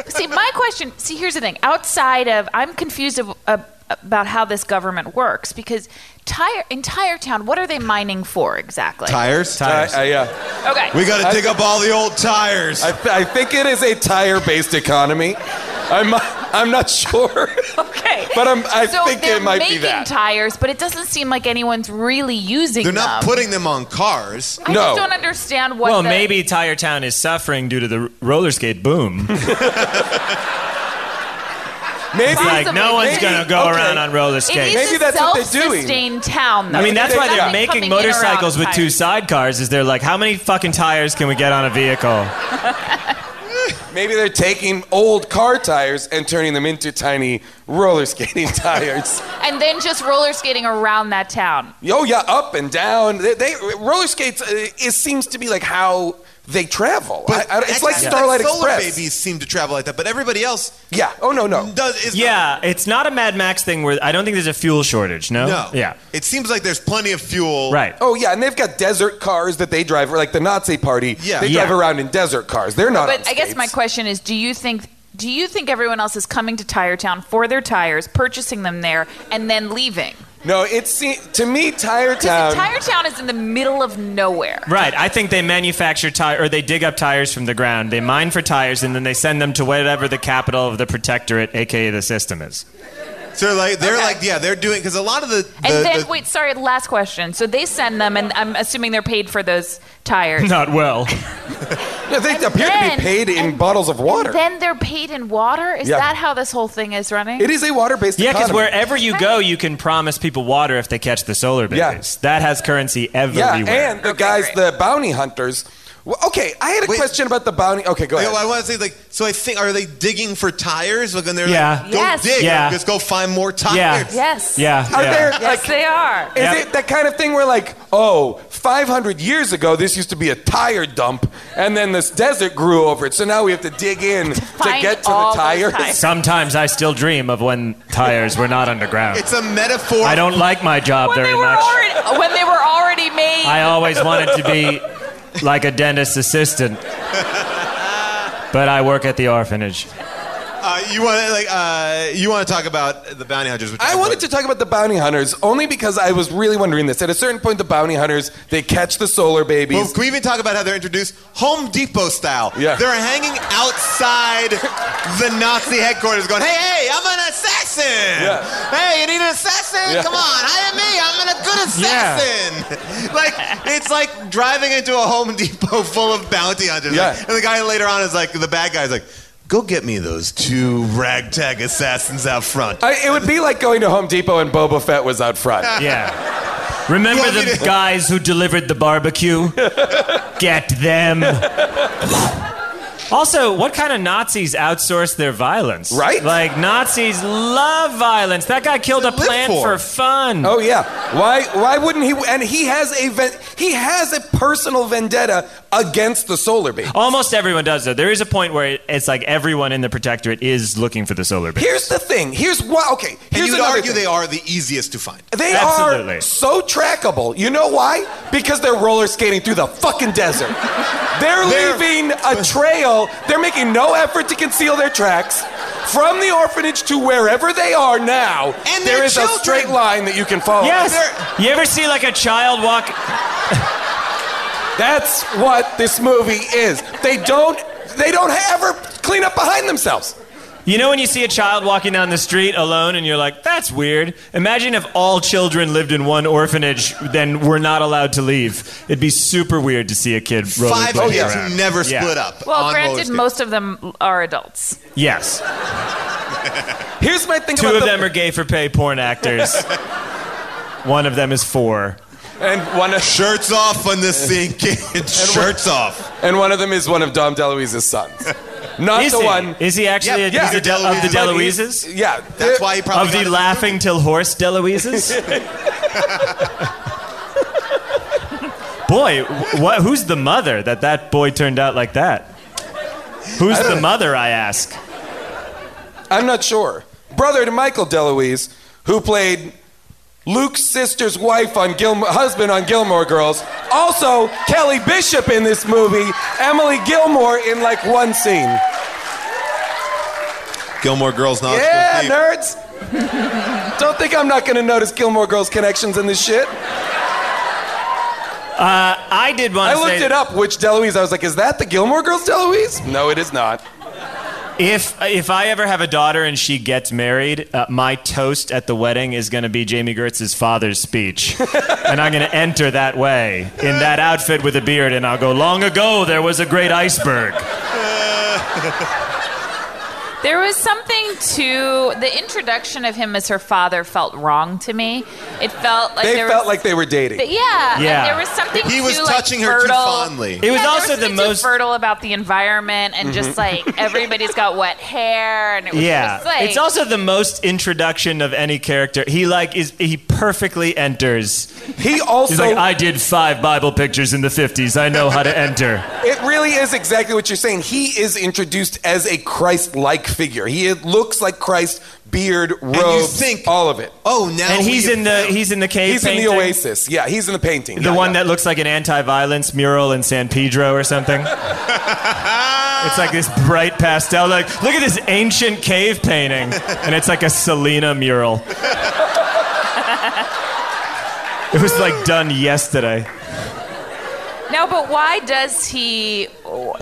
S4: See, my question. See, here's the thing. Outside of, I'm confused of, of, about how this government works because tire entire town. What are they mining for exactly?
S1: Tires?
S3: Tires. I, I, Uh, yeah.
S4: Okay.
S1: We gotta dig up all the old tires.
S3: I, th- I think it is a tire based economy. I'm, I'm not sure.
S4: okay.
S3: But I'm, I
S4: so
S3: think
S4: they're
S3: it might
S4: making
S3: be that.
S4: tires, but it doesn't seem like anyone's really using
S1: They're
S4: them.
S1: not putting them on cars.
S4: um, I
S3: No.
S4: just don't understand what.
S5: Well,
S4: the-
S5: maybe Tire Town is suffering due to the r- roller skate boom.
S3: Maybe.
S5: like, no
S4: Possibly.
S5: one's
S4: Maybe-
S5: going to go
S3: okay.
S5: around on roller
S4: It is
S5: skates.
S3: Maybe
S4: a
S3: that's what they're doing.
S4: self-sustained town. Though.
S5: I mean, that's
S3: Maybe
S5: why
S3: they
S5: they're
S3: are.
S5: making
S4: Coming in around
S5: motorcycles with two
S4: tires.
S5: sidecars. Is they're like, how many fucking tires can we get on a vehicle?
S3: Maybe they're taking old car tires and turning them into tiny roller skating tires.
S4: and then just roller skating around that town.
S3: Oh yeah, up and down. They, they roller skates. Uh, it seems to be like how they travel. I, I, it's like
S1: Exactly.
S3: Starlight
S1: Solar
S3: Express.
S1: babies seem to travel like that, but everybody else
S3: Yeah. Oh no no.
S1: does. Is
S5: Yeah, it's not a Mad Max thing where I don't think there's a fuel shortage, no?
S1: No.
S5: Yeah.
S1: It seems like there's plenty of fuel.
S5: Right.
S3: Oh yeah, and they've got desert cars that they drive, like the Nazi party.
S1: Yeah.
S3: They
S5: Yeah.
S3: drive around in desert cars. They're not. on
S4: But I guess my
S3: skates.
S4: question is, do you think do you think everyone else is coming to Tire Town for their tires, purchasing them there, and then leaving?
S3: No, it's se- to me Tire
S4: Because
S3: Town.
S4: Tire Town is in the middle of nowhere.
S5: Right. I think they manufacture tire or they dig up tires from the ground. They mine for tires and then they send them to whatever the capital of the protectorate, aka the system, is.
S1: So like they're
S4: Okay.
S1: like yeah they're doing because a lot of the, the
S4: And then
S1: the-
S4: wait, sorry, last question. So they send them, and I'm assuming they're paid for those tires.
S5: Not well.
S3: Yeah, they appear to
S4: Then-
S3: be paid in
S4: and-
S3: bottles of water.
S4: and then they're paid in water. Is
S3: Yeah.
S4: that how this whole thing is running?
S3: it is a water-based
S5: Yeah, because
S3: economy.
S5: wherever you go, you can promise people water if they catch the solar babies. That has currency
S3: Yeah,
S5: everywhere.
S3: and the guys, the bounty hunters. Well, okay, I had a
S1: Wait.
S3: question about the bounty. Okay, go
S1: Like, I
S3: ahead.
S1: want to say like so I think are they digging for tires? Like when they're
S5: Yeah.
S1: like don't
S4: Yes.
S1: dig,
S5: Yeah.
S1: just go find more tires.
S5: Yeah.
S4: Yes.
S5: yeah.
S3: Are
S5: yeah.
S3: there
S4: Yes,
S3: like
S4: they are.
S3: Is
S5: Yeah.
S3: it that kind of thing where, like, oh, 500 years ago, this used to be a tire dump, and then this desert grew over it, so now we have to dig in to,
S4: find
S3: get to
S4: all
S3: the
S4: those
S3: tires?
S4: tires.
S5: Sometimes I still dream of when tires were not underground.
S1: It's a metaphor.
S5: I don't like my job
S4: When
S5: very
S4: they were
S5: much.
S4: already when they were already made.
S5: I always wanted to be like a dentist assistant, but I work at the orphanage.
S1: Uh, you want to like uh, you want to talk about the bounty hunters? Which
S3: I wanted to talk about the bounty hunters only because I was really wondering this. At a certain point, the bounty hunters they catch the solar babies.
S1: Well, can we even talk about how they're introduced Home Depot style?
S3: Yeah.
S1: They're hanging outside the Nazi headquarters going, hey, hey, I'm an assassin.
S3: Yeah.
S1: Hey, you need an assassin?
S3: Yeah.
S1: Come on, hire me. I'm a good assassin. Like, it's like driving into a Home Depot full of bounty hunters.
S3: Yeah.
S1: Like, and the guy later on is like, the bad guy's like, go get me those two ragtag assassins out front.
S3: I, it would be like going to Home Depot and Boba Fett was out front.
S5: Yeah. Remember
S1: Well, you
S5: the
S1: did-
S5: guys who delivered the barbecue? Get them. Also, what kind of Nazis outsource their violence?
S3: Right?
S5: Like, Nazis love violence. That guy killed a
S1: Live
S5: plant
S1: for.
S5: for fun.
S3: Oh yeah. Why? Why wouldn't he? And he has a ven- he has a personal vendetta against the solar babies.
S5: Almost everyone does, though. There is a point where it- it's like everyone in the protectorate is looking for the solar base.
S3: Here's the thing. Here's why. Okay.
S1: and
S3: Here's
S1: you'd
S3: another
S1: argue
S3: thing.
S1: they are the easiest to find.
S3: They are
S5: Absolutely.
S3: so trackable. You know why? Because they're roller skating through the fucking desert. They're,
S1: They're-
S3: leaving a trail. They're making no effort to conceal their tracks. From the orphanage to wherever they are now,
S1: And
S3: there
S1: they're
S3: is a
S1: children.
S3: straight line that you can follow.
S5: Yes. You ever see like a child walk?
S3: That's what this movie is. They don't they don't ever clean up behind themselves.
S5: You know when you see a child walking down the street alone and you're like, that's weird. Imagine if all children lived in one orphanage, then were not allowed to leave. It'd be super weird to see a kid rollerblading
S1: Five kids
S5: around.
S1: who never
S5: Yeah.
S1: split up.
S4: well,
S1: on roller
S4: granted,
S1: skates.
S4: most of them are adults.
S5: Yes.
S3: Here's my thing
S5: Two
S3: about
S5: of
S3: the-
S5: them are gay for pay porn actors. one of them is four.
S3: and one of,
S1: Shirts off on the sink, kids. Shirts off.
S3: and one of them is one of Dom DeLuise's sons. Not
S5: Is
S3: the
S5: he?
S3: one
S5: Is he actually
S1: Yep,
S5: a,
S1: yeah.
S5: he's a De- of the
S1: He's a
S3: He's-
S5: DeLuises?
S3: Yeah.
S1: That's why he probably
S5: Of
S1: got
S5: the
S1: it.
S5: laughing till horse DeLuises? boy, wh- what, who's the mother that that boy turned out like that? Who's the mother, I ask?
S3: I'm not sure. Brother to Michael DeLuise, who played Luke's sister's wife on Gilmore, husband on Gilmore Girls. Also, Kelly Bishop in this movie, Emily Gilmore in like one scene.
S1: Gilmore Girls knowledge
S3: yeah,
S1: goes deep.
S3: nerds. Don't think I'm not gonna notice Gilmore Girls connections in this shit.
S5: Uh, I did want
S3: I
S5: to say.
S3: looked it up, which Deloise. I was like, is that the Gilmore Girls Deloise? No, it is not.
S5: If if I ever have a daughter and she gets married, uh, my toast at the wedding is going to be Jamie Gertz's father's speech, and I'm going to enter that way in that outfit with a beard, and I'll go. Long ago, there was a great iceberg.
S4: There was something to the introduction of him as her father felt wrong to me. It felt like
S3: They
S4: there
S3: felt
S4: was,
S3: like they were dating.
S4: But yeah,
S5: Yeah.
S4: And there was something.
S1: He was
S4: too,
S1: touching
S4: like,
S1: her too
S4: fertile.
S1: fondly.
S5: It was
S4: Yeah, there
S5: also the
S4: something too
S5: most.
S4: fertile about the environment and just
S3: Mm-hmm.
S4: like everybody's got wet hair and it was
S5: Yeah,
S4: just like
S5: it's also the most introduction of any character. He like is he perfectly enters.
S3: He also.
S5: He's like, I did five Bible pictures in the '50s. I know how to enter.
S3: It really is exactly what you're saying. He is introduced as a Christ-like figure. He looks like Christ, beard, robes,
S1: And you think
S3: all of it.
S1: Oh, now
S5: And he's
S1: we
S5: in the he's in the cave.
S3: He's in the
S5: painting.
S3: Oasis. Yeah, he's in the painting.
S5: The
S3: Yeah,
S5: one
S3: yeah.
S5: that looks like an anti-violence mural in San Pedro or something. it's like this bright pastel. Like, look at this ancient cave painting, and it's like a Selena mural. it was like done yesterday.
S4: No, but why does he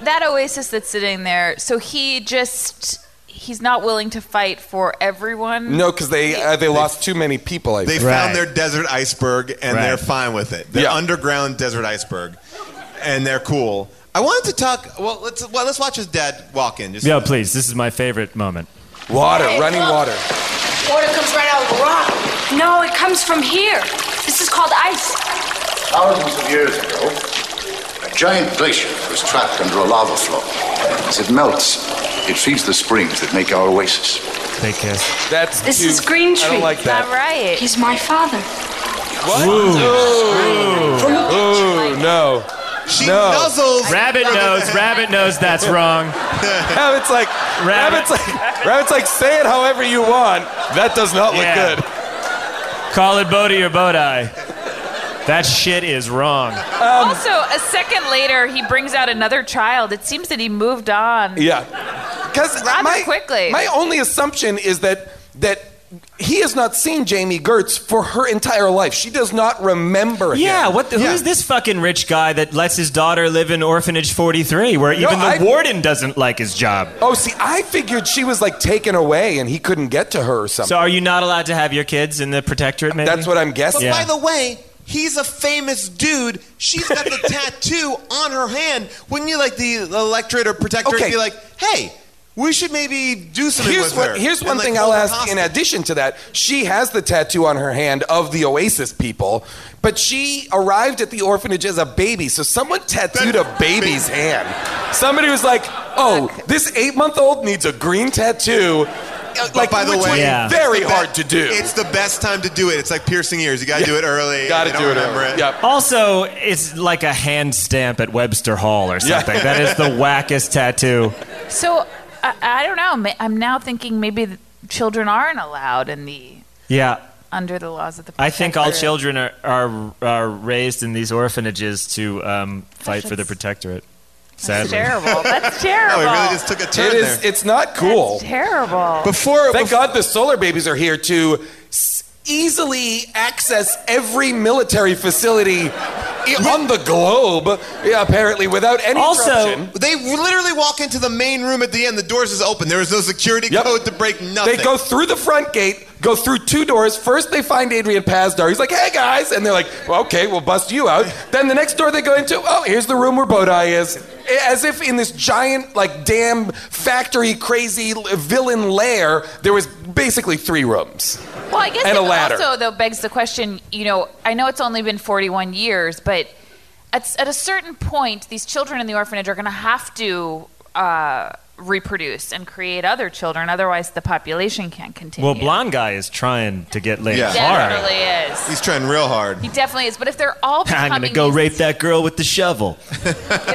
S4: that oasis that's sitting there? So he just he's not willing to fight for everyone.
S3: No, because they uh, they lost too many people. I
S1: They
S3: think.
S5: Right.
S1: found their desert iceberg and
S5: Right.
S1: they're fine with it. Their
S3: Yeah.
S1: underground desert iceberg, and they're cool. I wanted to talk. Well, let's well, let's watch his dad walk in. Just
S5: Yo, please, this is my favorite moment.
S3: Water,
S7: Hey,
S3: running
S7: look.
S3: water.
S7: Water comes right out of the rock. No, it comes from here. This is called ice.
S6: Thousands of years ago, a giant glacier was trapped under a lava flow. As it melts, it feeds the springs that make our oasis.
S5: They kiss.
S3: That's
S7: This
S3: too-
S7: is green
S3: I
S7: tree.
S3: don't like
S4: Not
S3: that.
S4: right.
S7: He's my father.
S3: What? Ooh. Ooh, no.
S1: she
S3: No.
S1: nuzzles.
S5: Rabbit knows. Rabbit knows that's wrong.
S3: Rabbit's like rabbit's like rabbit's like say it however you want. That does not look
S5: Yeah.
S3: good.
S5: Call it Bodie or Bodie. That shit is wrong.
S3: Um,
S4: also, a second later, he brings out another child. It seems that he moved on.
S3: Yeah. Because
S4: Rather
S3: my,
S4: quickly.
S3: My only assumption is that that he has not seen Jamie Gertz for her entire life. She does not remember
S5: Yeah,
S3: him.
S5: what the, who
S1: Yeah.
S5: is this fucking rich guy that lets his daughter live in orphanage 43 where even the
S3: I-
S5: warden doesn't like his job?
S3: Oh, see, I figured she was like taken away and he couldn't get to her or something.
S5: So are you not allowed to have your kids in the protectorate maybe?
S3: Um, That's what I'm
S1: But
S3: guessing.
S5: Yeah.
S1: by the way, he's a famous dude. She's got the tattoo on her hand. Wouldn't you like the electorate or protectorate
S3: Okay.
S1: be like, hey, we should maybe do something
S3: Here's,
S1: with her?
S3: what, here's
S1: and,
S3: one
S1: like,
S3: thing
S1: hold
S3: I'll
S1: her
S3: ask in
S1: hostage?
S3: addition to that. She has the tattoo on her hand of the Oasis people, but she arrived at the orphanage as a baby, so someone tattooed a baby's hand. Somebody was like, oh, this eight month old needs a green tattoo. Uh,
S1: But by the
S3: which
S1: way,
S3: was
S5: Yeah.
S3: very
S1: It's the
S3: hard
S1: be-
S3: to do.
S1: It's the best time to do it. It's like piercing ears. You got to do it early. They
S3: Gotta
S1: don't
S3: do it.
S1: remember
S3: Yep.
S5: also, it's like a hand stamp at Webster Hall or
S3: Yeah.
S5: something. That is the wackest tattoo.
S4: So I, I don't know. Ma- I'm now thinking maybe th- children aren't allowed in the
S5: Yeah.
S4: under the laws of the.
S5: I think all
S4: protectorate.
S5: children are, are, are raised in these orphanages to um, fight for the
S4: that's-
S5: protectorate.
S4: That's
S5: Sadly.
S4: terrible. That's terrible.
S1: Oh, it really just took a turn
S3: It is,
S1: there.
S3: it's not cool.
S4: terrible.
S1: Before,
S3: Thank God the solar babies are here to s- easily access every military facility i- on the globe, yeah, apparently, without any
S5: Also-
S3: interruption.
S1: They literally walk into the main room at the end. The doors is open. There is no security
S3: Yep.
S1: code to break nothing.
S3: They go through the front gate, go through two doors. First, they find Adrian Pazdar. He's like, hey, guys. And they're like, well, okay, we'll bust you out. Then the next door they go into, oh, here's the room where Bodai is. As if in this giant, like, damn factory crazy l- villain lair, there was basically three rooms.
S4: Well, I guess
S3: and
S4: it
S3: a ladder.
S4: also though begs the question. You know, I know it's only been 41 years, but at, at a certain point, these children in the orphanage are going to have to uh, reproduce and create other children. Otherwise, the population can't continue.
S5: Well, blonde guy is trying to get laid
S1: Yeah.
S5: hard.
S4: definitely is.
S1: He's trying real hard.
S4: He definitely is. But if they're all
S5: I'm
S4: becoming
S5: gonna go
S4: these-
S5: rape that girl with the shovel.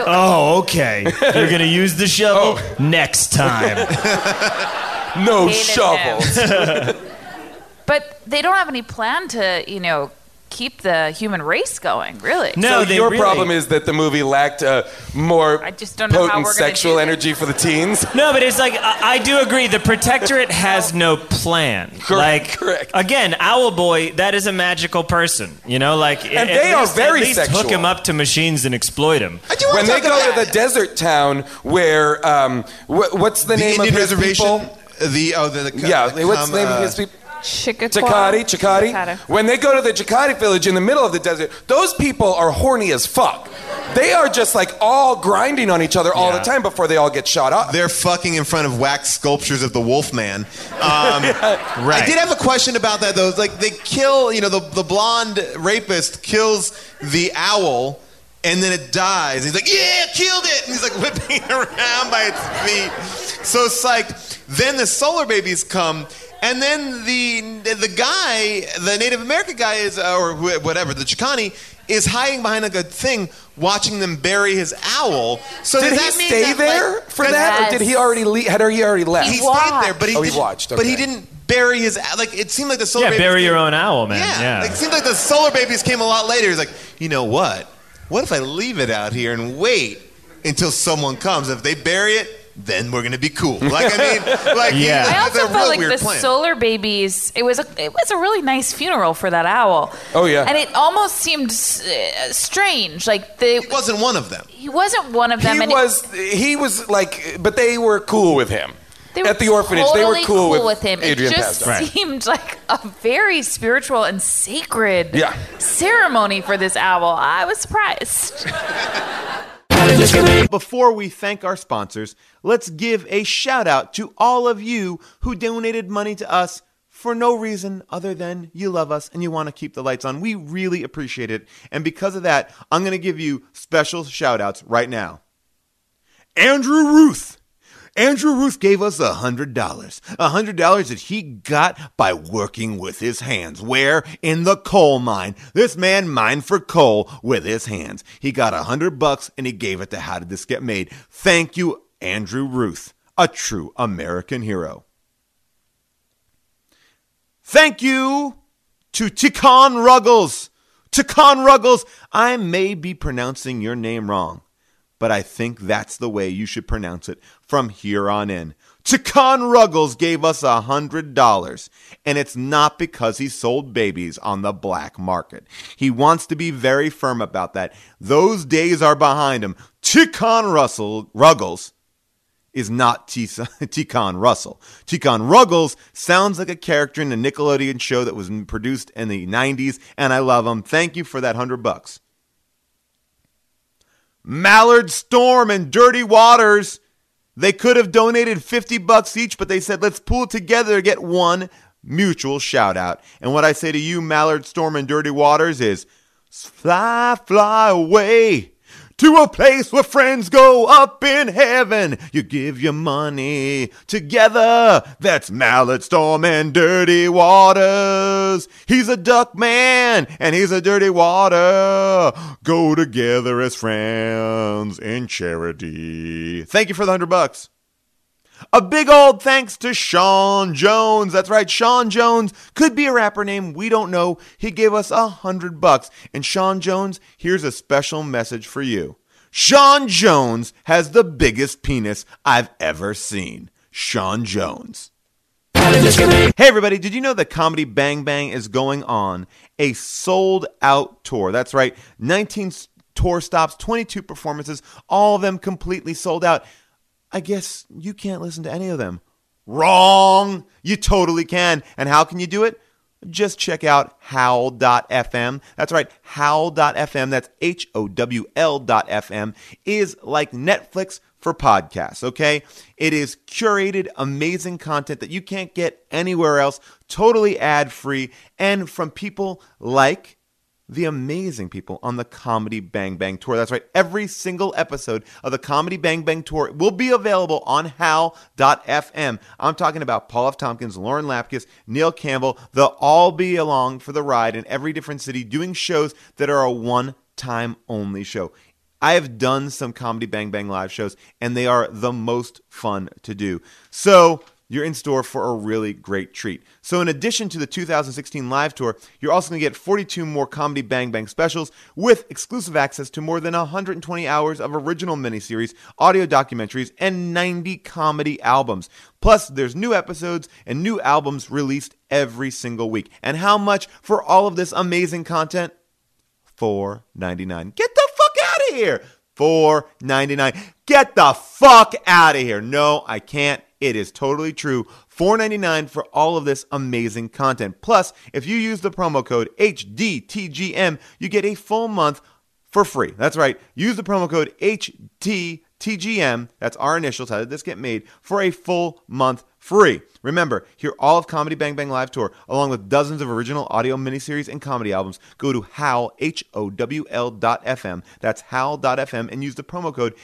S5: oh, okay. You're gonna use the shovel
S1: Oh.
S5: next time.
S3: No
S4: Hated
S3: shovel.
S4: But they don't have any plan to, you know, keep the human race going, really.
S3: so your problem is that the movie lacked a more
S4: I just don't know how
S3: potent
S4: we're gonna
S3: sexual energy for the teens.
S5: No, but it's like I, I do agree. The Protectorate has no plan. like, correct. Again, Owlboy, that is a magical person. You know, like
S3: And they are
S5: least,
S3: very
S5: at least
S3: sexual.
S5: hook him up to machines and exploit him.
S3: When they go to the desert town where um, wh- what's the,
S7: The
S3: name
S7: Indian
S3: of his
S7: reservation?
S3: people?
S7: The oh the, the
S3: yeah,
S7: the
S3: what's the
S7: com-
S3: name of
S7: uh,
S3: his people?
S4: Chickaquah.
S3: Chicati, Chicati. When they go to the Chicati village in the middle of the desert, those people are horny as fuck. They are just like all grinding on each other all the
S7: Yeah.
S3: time before they all get shot up.
S7: They're fucking in front of wax sculptures of the Wolfman. Um,
S3: Right.
S7: I did have a question about that though. It's Like they kill, you know, the, the blonde rapist kills the owl, and then it dies. He's like, "Yeah, killed it!" And he's like whipping it around by its feet. So it's like then the solar babies come. And then the the guy, the Native American guy is, uh, or wh- whatever, the Chicani, is hiding behind like a thing, watching them bury his owl. So
S3: did
S7: does
S3: he
S7: that mean
S3: stay
S7: that,
S3: there
S7: like-
S3: for that, or did he already leave? Had he already left?
S7: He, stayed there, but he,
S3: oh, he
S7: didn't-
S3: watched.
S7: But he
S3: okay.
S7: didn't bury his like. It seemed like the solar
S5: Yeah,
S7: babies
S5: bury
S7: came,
S5: your own owl, man. Yeah.
S7: Like, it seemed like the solar babies came a lot later. He's like, you know what? What if I leave it out here and wait until someone comes? If they bury it, then we're gonna be cool. Like I mean, like he-
S5: Yeah.
S7: it's
S4: I also
S7: a real
S4: felt like
S7: weird
S4: the
S7: plan.
S4: solar babies. It was a it was a really nice funeral for that owl.
S7: Oh, yeah.
S4: and it almost seemed uh, strange. Like they he
S7: wasn't one of them.
S4: He wasn't one of them.
S3: He
S4: and
S3: was. He was like. But they were cool with him.
S4: They were
S3: At the orphanage, they were
S4: totally
S3: cool, with,
S4: him.
S3: Adrian
S4: it just
S3: Pascal.
S4: seemed like a very spiritual and sacred
S3: Yeah.
S4: ceremony for this owl. I was surprised.
S1: Before we thank our sponsors, let's give a shout out to all of you who donated money to us for no reason other than you love us and you want to keep the lights on. We really appreciate it. And because of that, I'm going to give you special shout outs right now. Andrew Ruth. Andrew Ruth gave us $100. $100 that he got by working with his hands. Where? In the coal mine. This man mined for coal with his hands. He got 100 bucks and he gave it to How Did This Get Made? Thank you, Andrew Ruth, a true American hero. Thank you to Tikan Ruggles. Tikan Ruggles, I may be pronouncing your name wrong, but I think that's the way you should pronounce it from here on in. Tikan Ruggles gave us a $100, and it's not because he sold babies on the black market. He wants to be very firm about that. Those days are behind him. Tikan Russell, Ruggles is not T- Tikan Russell. Tikan Ruggles sounds like a character in a Nickelodeon show that was produced in the 90s, and I love him. Thank you for that 100 bucks. Mallard Storm and Dirty Waters. They could have donated 50 bucks each, but they said, let's pool together to get one mutual shout out. And what I say to you, Mallard Storm and Dirty Waters, is fly, fly away to a place where friends go up in heaven. You give your money together. That's Mallet Storm and Dirty Waters. He's a duck man and he's a dirty water. Go together as friends in charity. Thank you for the hundred bucks. A big old thanks to Sean Jones. That's right, Sean Jones could be a rapper name. We don't know. He gave us a hundred bucks. And Sean Jones, here's a special message for you. Sean Jones has the biggest penis I've ever seen. Sean Jones. Hey everybody, did you know that Comedy Bang Bang is going on a sold out tour? That's right, 19 s- tour stops, 22 performances, all of them completely sold out. I guess you can't listen to any of them. Wrong! You totally can. And how can you do it? Just check out howl.fm. That's right, howl.fm, that's H O W L.fm, is like Netflix for podcasts, okay? It is curated, amazing content that you can't get anywhere else, totally ad free, and from people like the amazing people on the Comedy Bang Bang Tour. That's right. Every single episode of the Comedy Bang Bang Tour will be available on howl.fm. I'm talking about Paul F. Tompkins, Lauren Lapkus, Neil Campbell. They'll all be along for the ride in every different city doing shows that are a one time only show. I have done some Comedy Bang Bang live shows, and they are the most fun to do. So
S12: you're in store for a really great treat. So, in addition to the 2016 live tour, you're also going to get 42 more Comedy Bang Bang specials with exclusive access to more than 120 hours of original miniseries, audio documentaries, and 90 comedy albums. Plus, there's new episodes and new albums released every single week. And how much for all of this amazing content? $4.99. Get the fuck out of here! $4.99. Get the fuck out of here. No, I can't. It is totally true. $4.99 for all of this amazing content. Plus, if you use the promo code HDTGM, you get a full month for free. That's right. Use the promo code HDTGM, that's our initials, how did this get made, for a full month free. Remember, hear all of Comedy Bang Bang Live Tour, along with dozens of original audio miniseries and comedy albums. Go to howl, H-O-W-L dot F-M, that's howl.fm, and use the promo code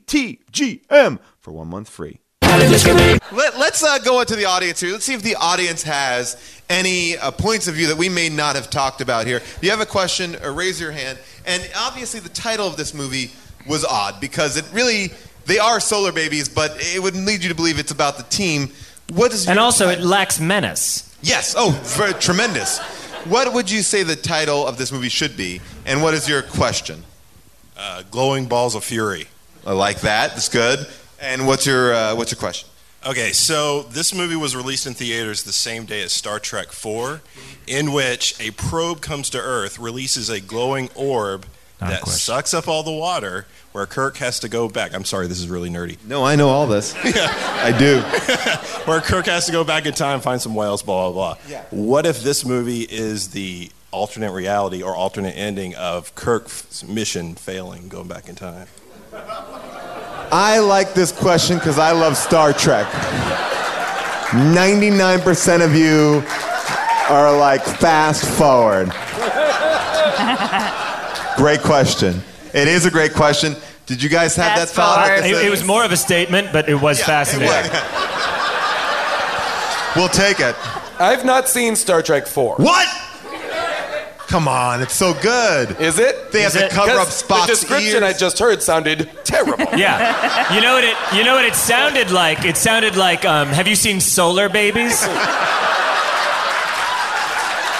S12: HDTGM for one month free.
S1: Let, let's uh, go into the audience here. Let's see if the audience has any uh, points of view that we may not have talked about here. If you have a question, uh, raise your hand. And obviously, the title of this movie was odd because it really they are solar babies, but it would lead you to believe it's about the team. What is
S5: And also, it lacks menace.
S1: Yes. Oh, ver- tremendous. What would you say the title of this movie should be? And what is your question? Uh, glowing balls of fury. I like that. That's good. And what's your uh, what's your question?
S13: Okay, so this movie was released in theaters the same day as Star Trek IV, in which a probe comes to Earth, releases a glowing orb that sucks up all the water, where Kirk has to go back. I'm sorry, this is really nerdy.
S12: No, I know all this. I do.
S13: where Kirk has to go back in time, find some whales, blah blah blah.
S12: Yeah.
S13: What if this movie is the alternate reality or alternate ending of Kirk's mission failing, going back in time?
S1: I like this question because I love Star Trek.
S12: 99% of you
S1: are like fast forward. Great question. It is a great question. Did you guys have that thought? Like I
S5: It,
S1: said-
S5: it was more of a statement, but it was fascinating.
S1: We'll take it.
S3: I've not seen Star Trek 4.
S1: What? Come on, it's so good.
S3: Is it?
S1: They have
S3: Is
S1: to
S3: it?
S1: cover up
S3: Because
S1: Spock's
S3: The description
S1: ears.
S3: I just heard sounded terrible.
S5: Yeah. You know what it you know what it sounded like? It sounded like um, have you seen Solar Babies?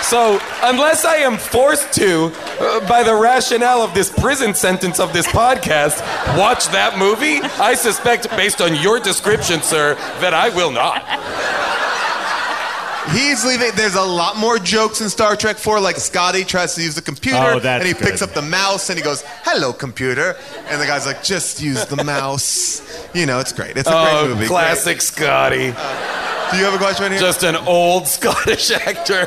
S3: So, unless I am forced to, uh, by the rationale of this prison sentence of this podcast, watch that movie, I suspect, based on your description, sir, that I will not.
S1: He's leaving. There's a lot more jokes in Star Trek 4. Like Scotty tries to use the computer,
S5: Oh, that's
S1: and he
S5: good.
S1: picks up the mouse, and he goes, "Hello, computer," and the guy's like, "Just use the mouse." You know, it's great. It's a
S3: oh,
S1: great movie.
S3: classic Scotty.
S1: Great. Do you have a question here?
S3: Just an old Scottish actor.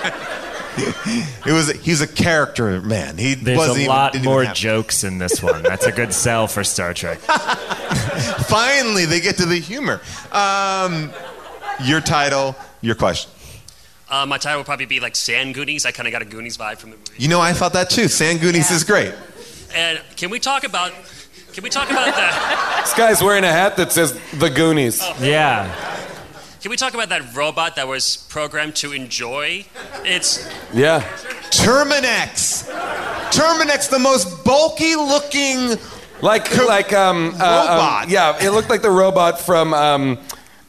S1: it was. He's a character man. He
S5: There's
S1: wasn't
S5: a
S1: even-
S5: lot
S1: didn't even
S5: more
S1: have-
S5: jokes in this one. That's a good sell for Star Trek.
S1: Finally, they get to the humor. Um, your title, your question.
S14: Uh, my title would probably be like Sand Goonies. I kind of got a Goonies vibe from the movie.
S1: You know, I thought that too. San Goonies is great.
S14: And can we talk about? Can we talk about that?
S3: This guy's wearing a hat that says The Goonies.
S5: Yeah.
S14: Can we talk about that robot that was programmed to enjoy? It's
S3: Yeah.
S1: Terminex. Terminex, the most bulky looking.
S3: Like, like, um, uh, um,
S1: Robot.
S3: yeah, it looked like the robot from, um,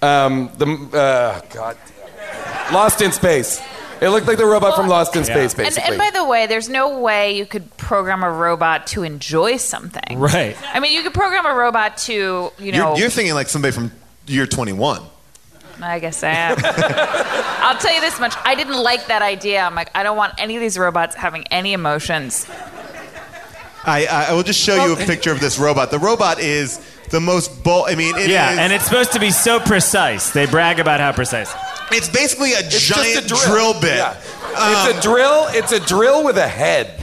S3: um, the, uh, God damn. Lost in Space. It looked like the robot from Lost in Space,
S4: And,
S3: basically.
S4: and by the way, there's no way you could program a robot to enjoy something.
S5: Right.
S4: I mean, you could program a robot to, you know.
S1: You're, you're thinking like somebody from year 21.
S4: I guess I am. I'll tell you this much. I didn't like that idea. I'm like, I don't want any of these robots having any emotions.
S1: I, I I will just show you a picture of this robot. The robot is the most bull. I mean, it
S5: Yeah,
S1: is-
S5: and it's supposed to be so precise. They brag about how precise.
S1: it's basically a
S3: It's just
S1: giant
S3: a drill,
S1: bit. Um,
S3: Yeah. it's a drill. It's a drill with a head.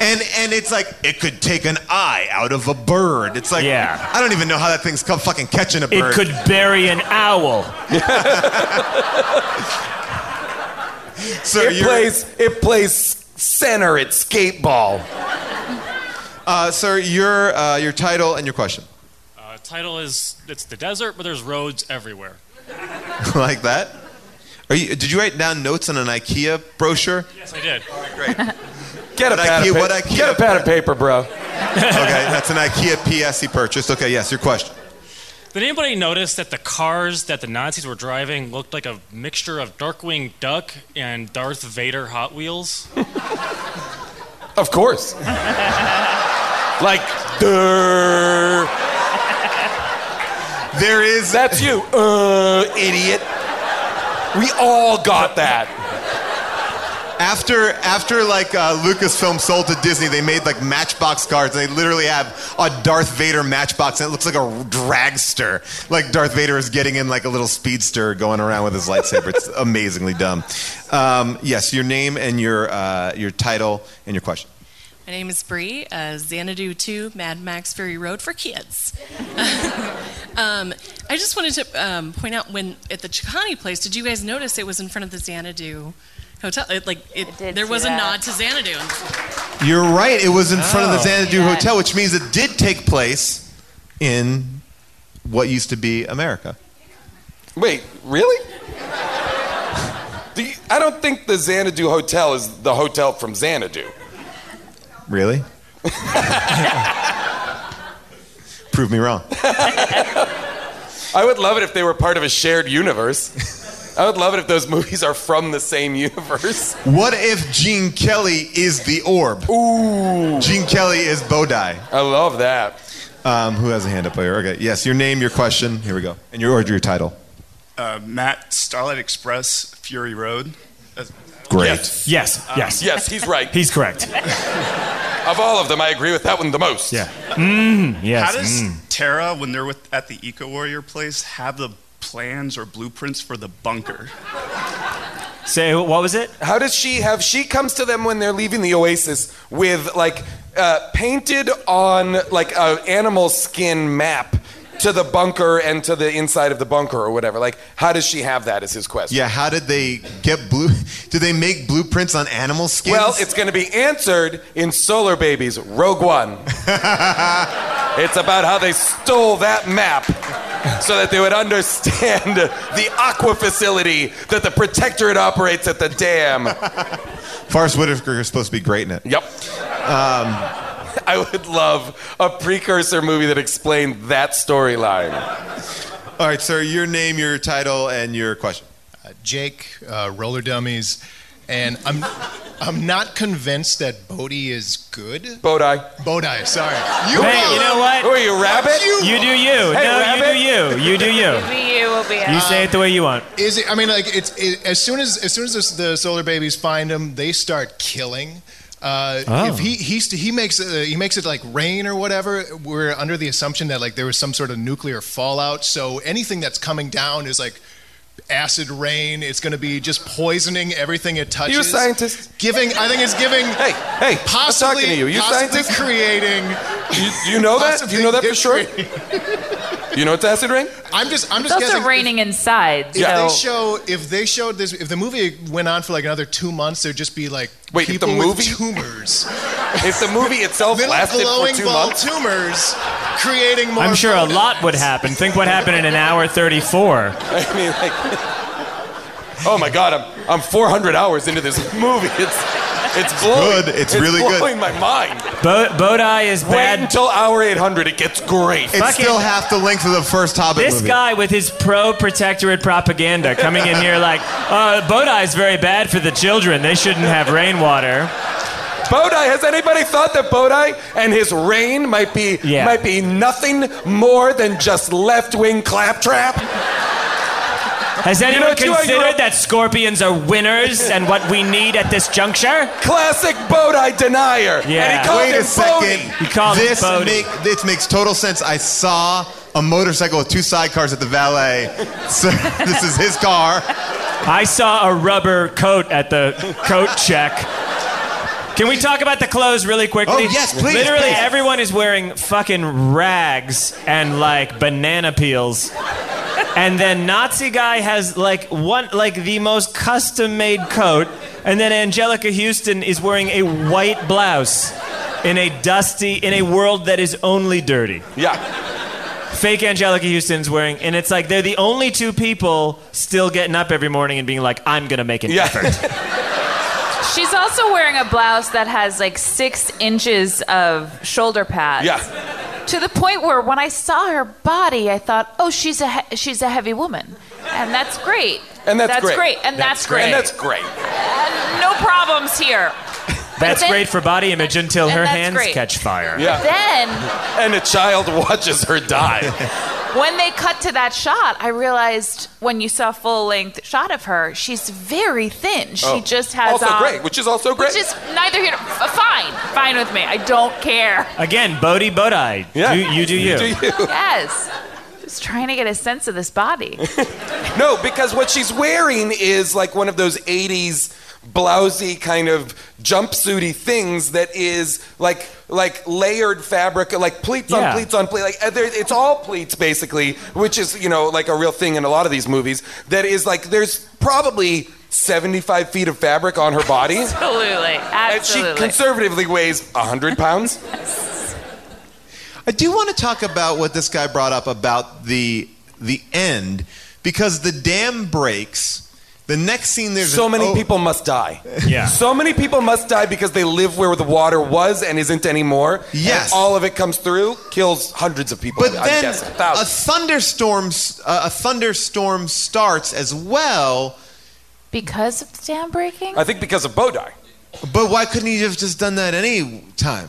S1: And and it's like it could take an eye out of a bird. It's like
S5: Yeah.
S1: I don't even know how that thing's co- fucking catching a bird.
S5: It could bury an owl.
S1: So
S3: It
S1: you're-
S3: plays. It plays center at skateball.
S1: Uh, sir, your uh, your title and your question.
S9: Uh, title is it's the desert, but there's roads everywhere.
S1: like that. Are you, did you write down notes on an IKEA brochure?
S9: Yes, I did.
S3: Get a
S1: What
S3: pad
S1: Ikea-
S3: of paper.
S1: what Ikea-
S3: Get a pad of paper, bro.
S1: Okay, that's an IKEA PS he purchased. Okay, yes, your question.
S9: Did anybody notice that the cars that the Nazis were driving looked like a mixture of Darkwing Duck and Darth Vader Hot Wheels?
S3: Of course. like, "Durr."
S1: there is.
S3: That's you, uh, idiot. We all got that.
S1: After, after like uh, Lucasfilm sold to Disney, they made like Matchbox cards, and they literally have a Darth Vader Matchbox, and it looks like a dragster. Like Darth Vader is getting in like a little speedster, going around with his lightsaber. It's amazingly dumb. Um, yes, your name and your uh, your title and your question.
S15: My name is Bree, uh, Xanadu 2, Mad Max Fury Road for kids. um, I just wanted to um, point out when at the Chicani place, did you guys notice it was in front of the Xanadu hotel? It, like it, there was a
S7: that.
S15: nod to Xanadu.
S1: You're right. It was in front of the
S15: Oh.
S1: Xanadu
S15: Yeah.
S1: Hotel, which means it did take place in what used to be America.
S3: Wait, really? Do you- I don't think the Xanadu Hotel is the hotel from Xanadu.
S1: Really? Prove me wrong.
S3: I would love it if they were part of a shared universe. I would love it if those movies are from the same universe.
S1: What if Gene Kelly is the orb?
S3: Ooh.
S1: Gene Kelly is Bodai.
S3: I love that.
S1: Um, who has a hand up here? Okay. Yes, your name, your question. Here we go. And your order, your title.
S16: Uh, Matt, Starlight Express, Fury Road. Uh,
S1: Great.
S5: Yes,
S16: Um,
S5: yes.
S3: Yes, he's right.
S5: He's correct.
S3: Of all of them, I agree with that one the most.
S5: Yeah. Mm, yes.
S16: How does
S5: mm.
S16: Terra, when they're with, at the Eco Warrior place, have the plans or blueprints for the bunker?
S5: Say, what was it?
S3: How does she have? She comes to them when they're leaving the oasis with like uh, painted on like a animal skin map to the bunker and to the inside of the bunker or whatever. Like, how does she have that? Is his question.
S1: Yeah, how did they get blue? Did they make blueprints on animal skins?
S3: Well, it's going to be answered in Solar Babies Rogue One. it's about how they stole that map so that they would understand the aqua facility that the Protectorate operates at the dam.
S1: Forrest Whitaker is supposed to be great in it.
S3: Yep.
S17: Um,
S3: I would love a precursor movie that explained that storyline.
S1: All right, sir, your name, your title, and your question.
S17: uh, Jake, uh, Roller Dummies, and I'm I'm not convinced that Bodhi is good.
S3: Bodai.
S17: Bodhi, sorry.
S5: mm-hmm. hey, you know what?
S3: Who are you, Rabbit?
S5: You, do you. no, you do you. You do you.
S4: you will be
S5: You say it the way you want.
S17: Is it? I mean, like it's it, as soon as as soon as the, the solar babies find him, they start killing. Uh,
S5: Oh.
S17: If he he st- he makes uh, he makes it like rain or whatever, we're under the assumption that like there was some sort of nuclear fallout. So anything that's coming down is like acid rain. It's going to be just poisoning everything it touches.
S3: You scientist?
S17: Giving I think it's giving. Hey
S3: hey, I'm
S17: possibly
S3: talking to you. You
S17: possibly
S3: scientist?
S17: creating.
S3: You, you know that? You know that for sure? You know it's acid rain?
S17: I'm just I'm
S4: It's
S17: just
S4: also
S17: guessing.
S4: raining inside.
S17: If they
S4: so-
S17: show, if they showed this, if the movie went on for like another two months, there'd just be like
S3: Wait, the
S17: people
S3: movie?
S17: with tumors,
S3: If the movie itself
S17: little
S3: lasted for
S17: glowing
S3: two
S17: ball
S3: months.
S17: tumors, creating more.
S5: I'm sure a lot would happen. Think what happened in an hour 34.
S3: I mean, like, oh my God, I'm, I'm 400 hours into this movie. It's, it's blowing.
S1: good. It's really good.
S3: blowing my mind.
S5: Bo- Bodai is
S3: Wait until hour 800. It gets great.
S1: It's still half the length of the first Hobbit
S5: This
S1: movie.
S5: guy with his pro protectorate propaganda coming in here like, uh, Bodai is very bad for the children. They shouldn't have rainwater.
S3: Bodai, has anybody thought that Bodai and his reign might be
S5: Yeah.
S3: might be nothing more than just left wing claptrap?
S5: Has
S3: You know
S5: anyone
S3: what, you are-
S5: considered
S3: you're a-
S5: that scorpions are winners and what we need at this juncture?
S3: Classic Bodai denier. And
S5: Yeah.
S3: he called
S1: Wait
S3: him
S1: a second.
S3: Bodhi.
S5: You call him
S1: this,
S5: Bodhi.
S1: make, this makes total sense. I saw a motorcycle with two sidecars at the valet. So this is his car.
S5: I saw a rubber coat at the coat check. Can we talk about the clothes really quickly?
S1: Oh, yes, please,
S5: Literally,
S1: please.
S5: everyone is wearing fucking rags and like banana peels. And then Nazi guy has like one, like the most custom made coat. And then Angelica Houston is wearing a white blouse in a dusty, in a world that is only dirty
S3: Yeah.
S5: fake Angelica Houston's wearing, and it's like they're the only two people still getting up every morning and being like, "I'm gonna make an effort."
S4: She's also wearing a blouse that has like six inches of shoulder pads.
S3: Yeah.
S4: to the point where when I saw her body, I thought, oh, she's a he- she's a heavy woman, and that's great.
S3: And that's,
S4: great. And that's, great.
S3: And that's great.
S4: no problems here.
S5: That's
S4: Then-
S5: great for body image until her
S4: and that's
S5: hands
S4: great.
S5: catch fire.
S3: Yeah.
S4: Then
S3: And a child watches her die.
S4: when they cut to that shot, I realized when you saw full length shot of her, she's very thin. She
S3: Oh.
S4: just has
S3: Also
S4: on-
S3: great, which is also great.
S4: Which is neither here. f- Fine, fine with me. I don't care.
S5: Again, Bodhi Bodhi. Yeah. You, you do you.
S4: Yes. Just trying to get a sense of this body.
S3: No, because what she's wearing is like one of those 80s blousy kind of jumpsuity things that is like like layered fabric like pleats on
S18: Yeah.
S3: pleats on pleats like uh, there- it's all pleats basically which is you know like a real thing in a lot of these movies that is like there's probably 75 feet of fabric on her body
S4: Absolutely. Absolutely.
S3: she conservatively weighs 100 pounds
S1: I do want to talk about what this guy brought up about the the end because the dam breaks. The next scene, there's
S3: so
S1: an
S3: many
S1: o-
S3: people must die
S1: Yeah.
S3: so many people must die because they live where the water was and isn't anymore
S1: Yes.
S3: and all of it comes through kills hundreds of people
S1: But
S3: I'm
S1: then
S3: guessing.
S1: Oh, a thunderstorm s- uh, a thunderstorm starts as well.
S4: Because of the dam breaking?
S3: I think because of Bodai.
S1: But why couldn't he have just done that any time?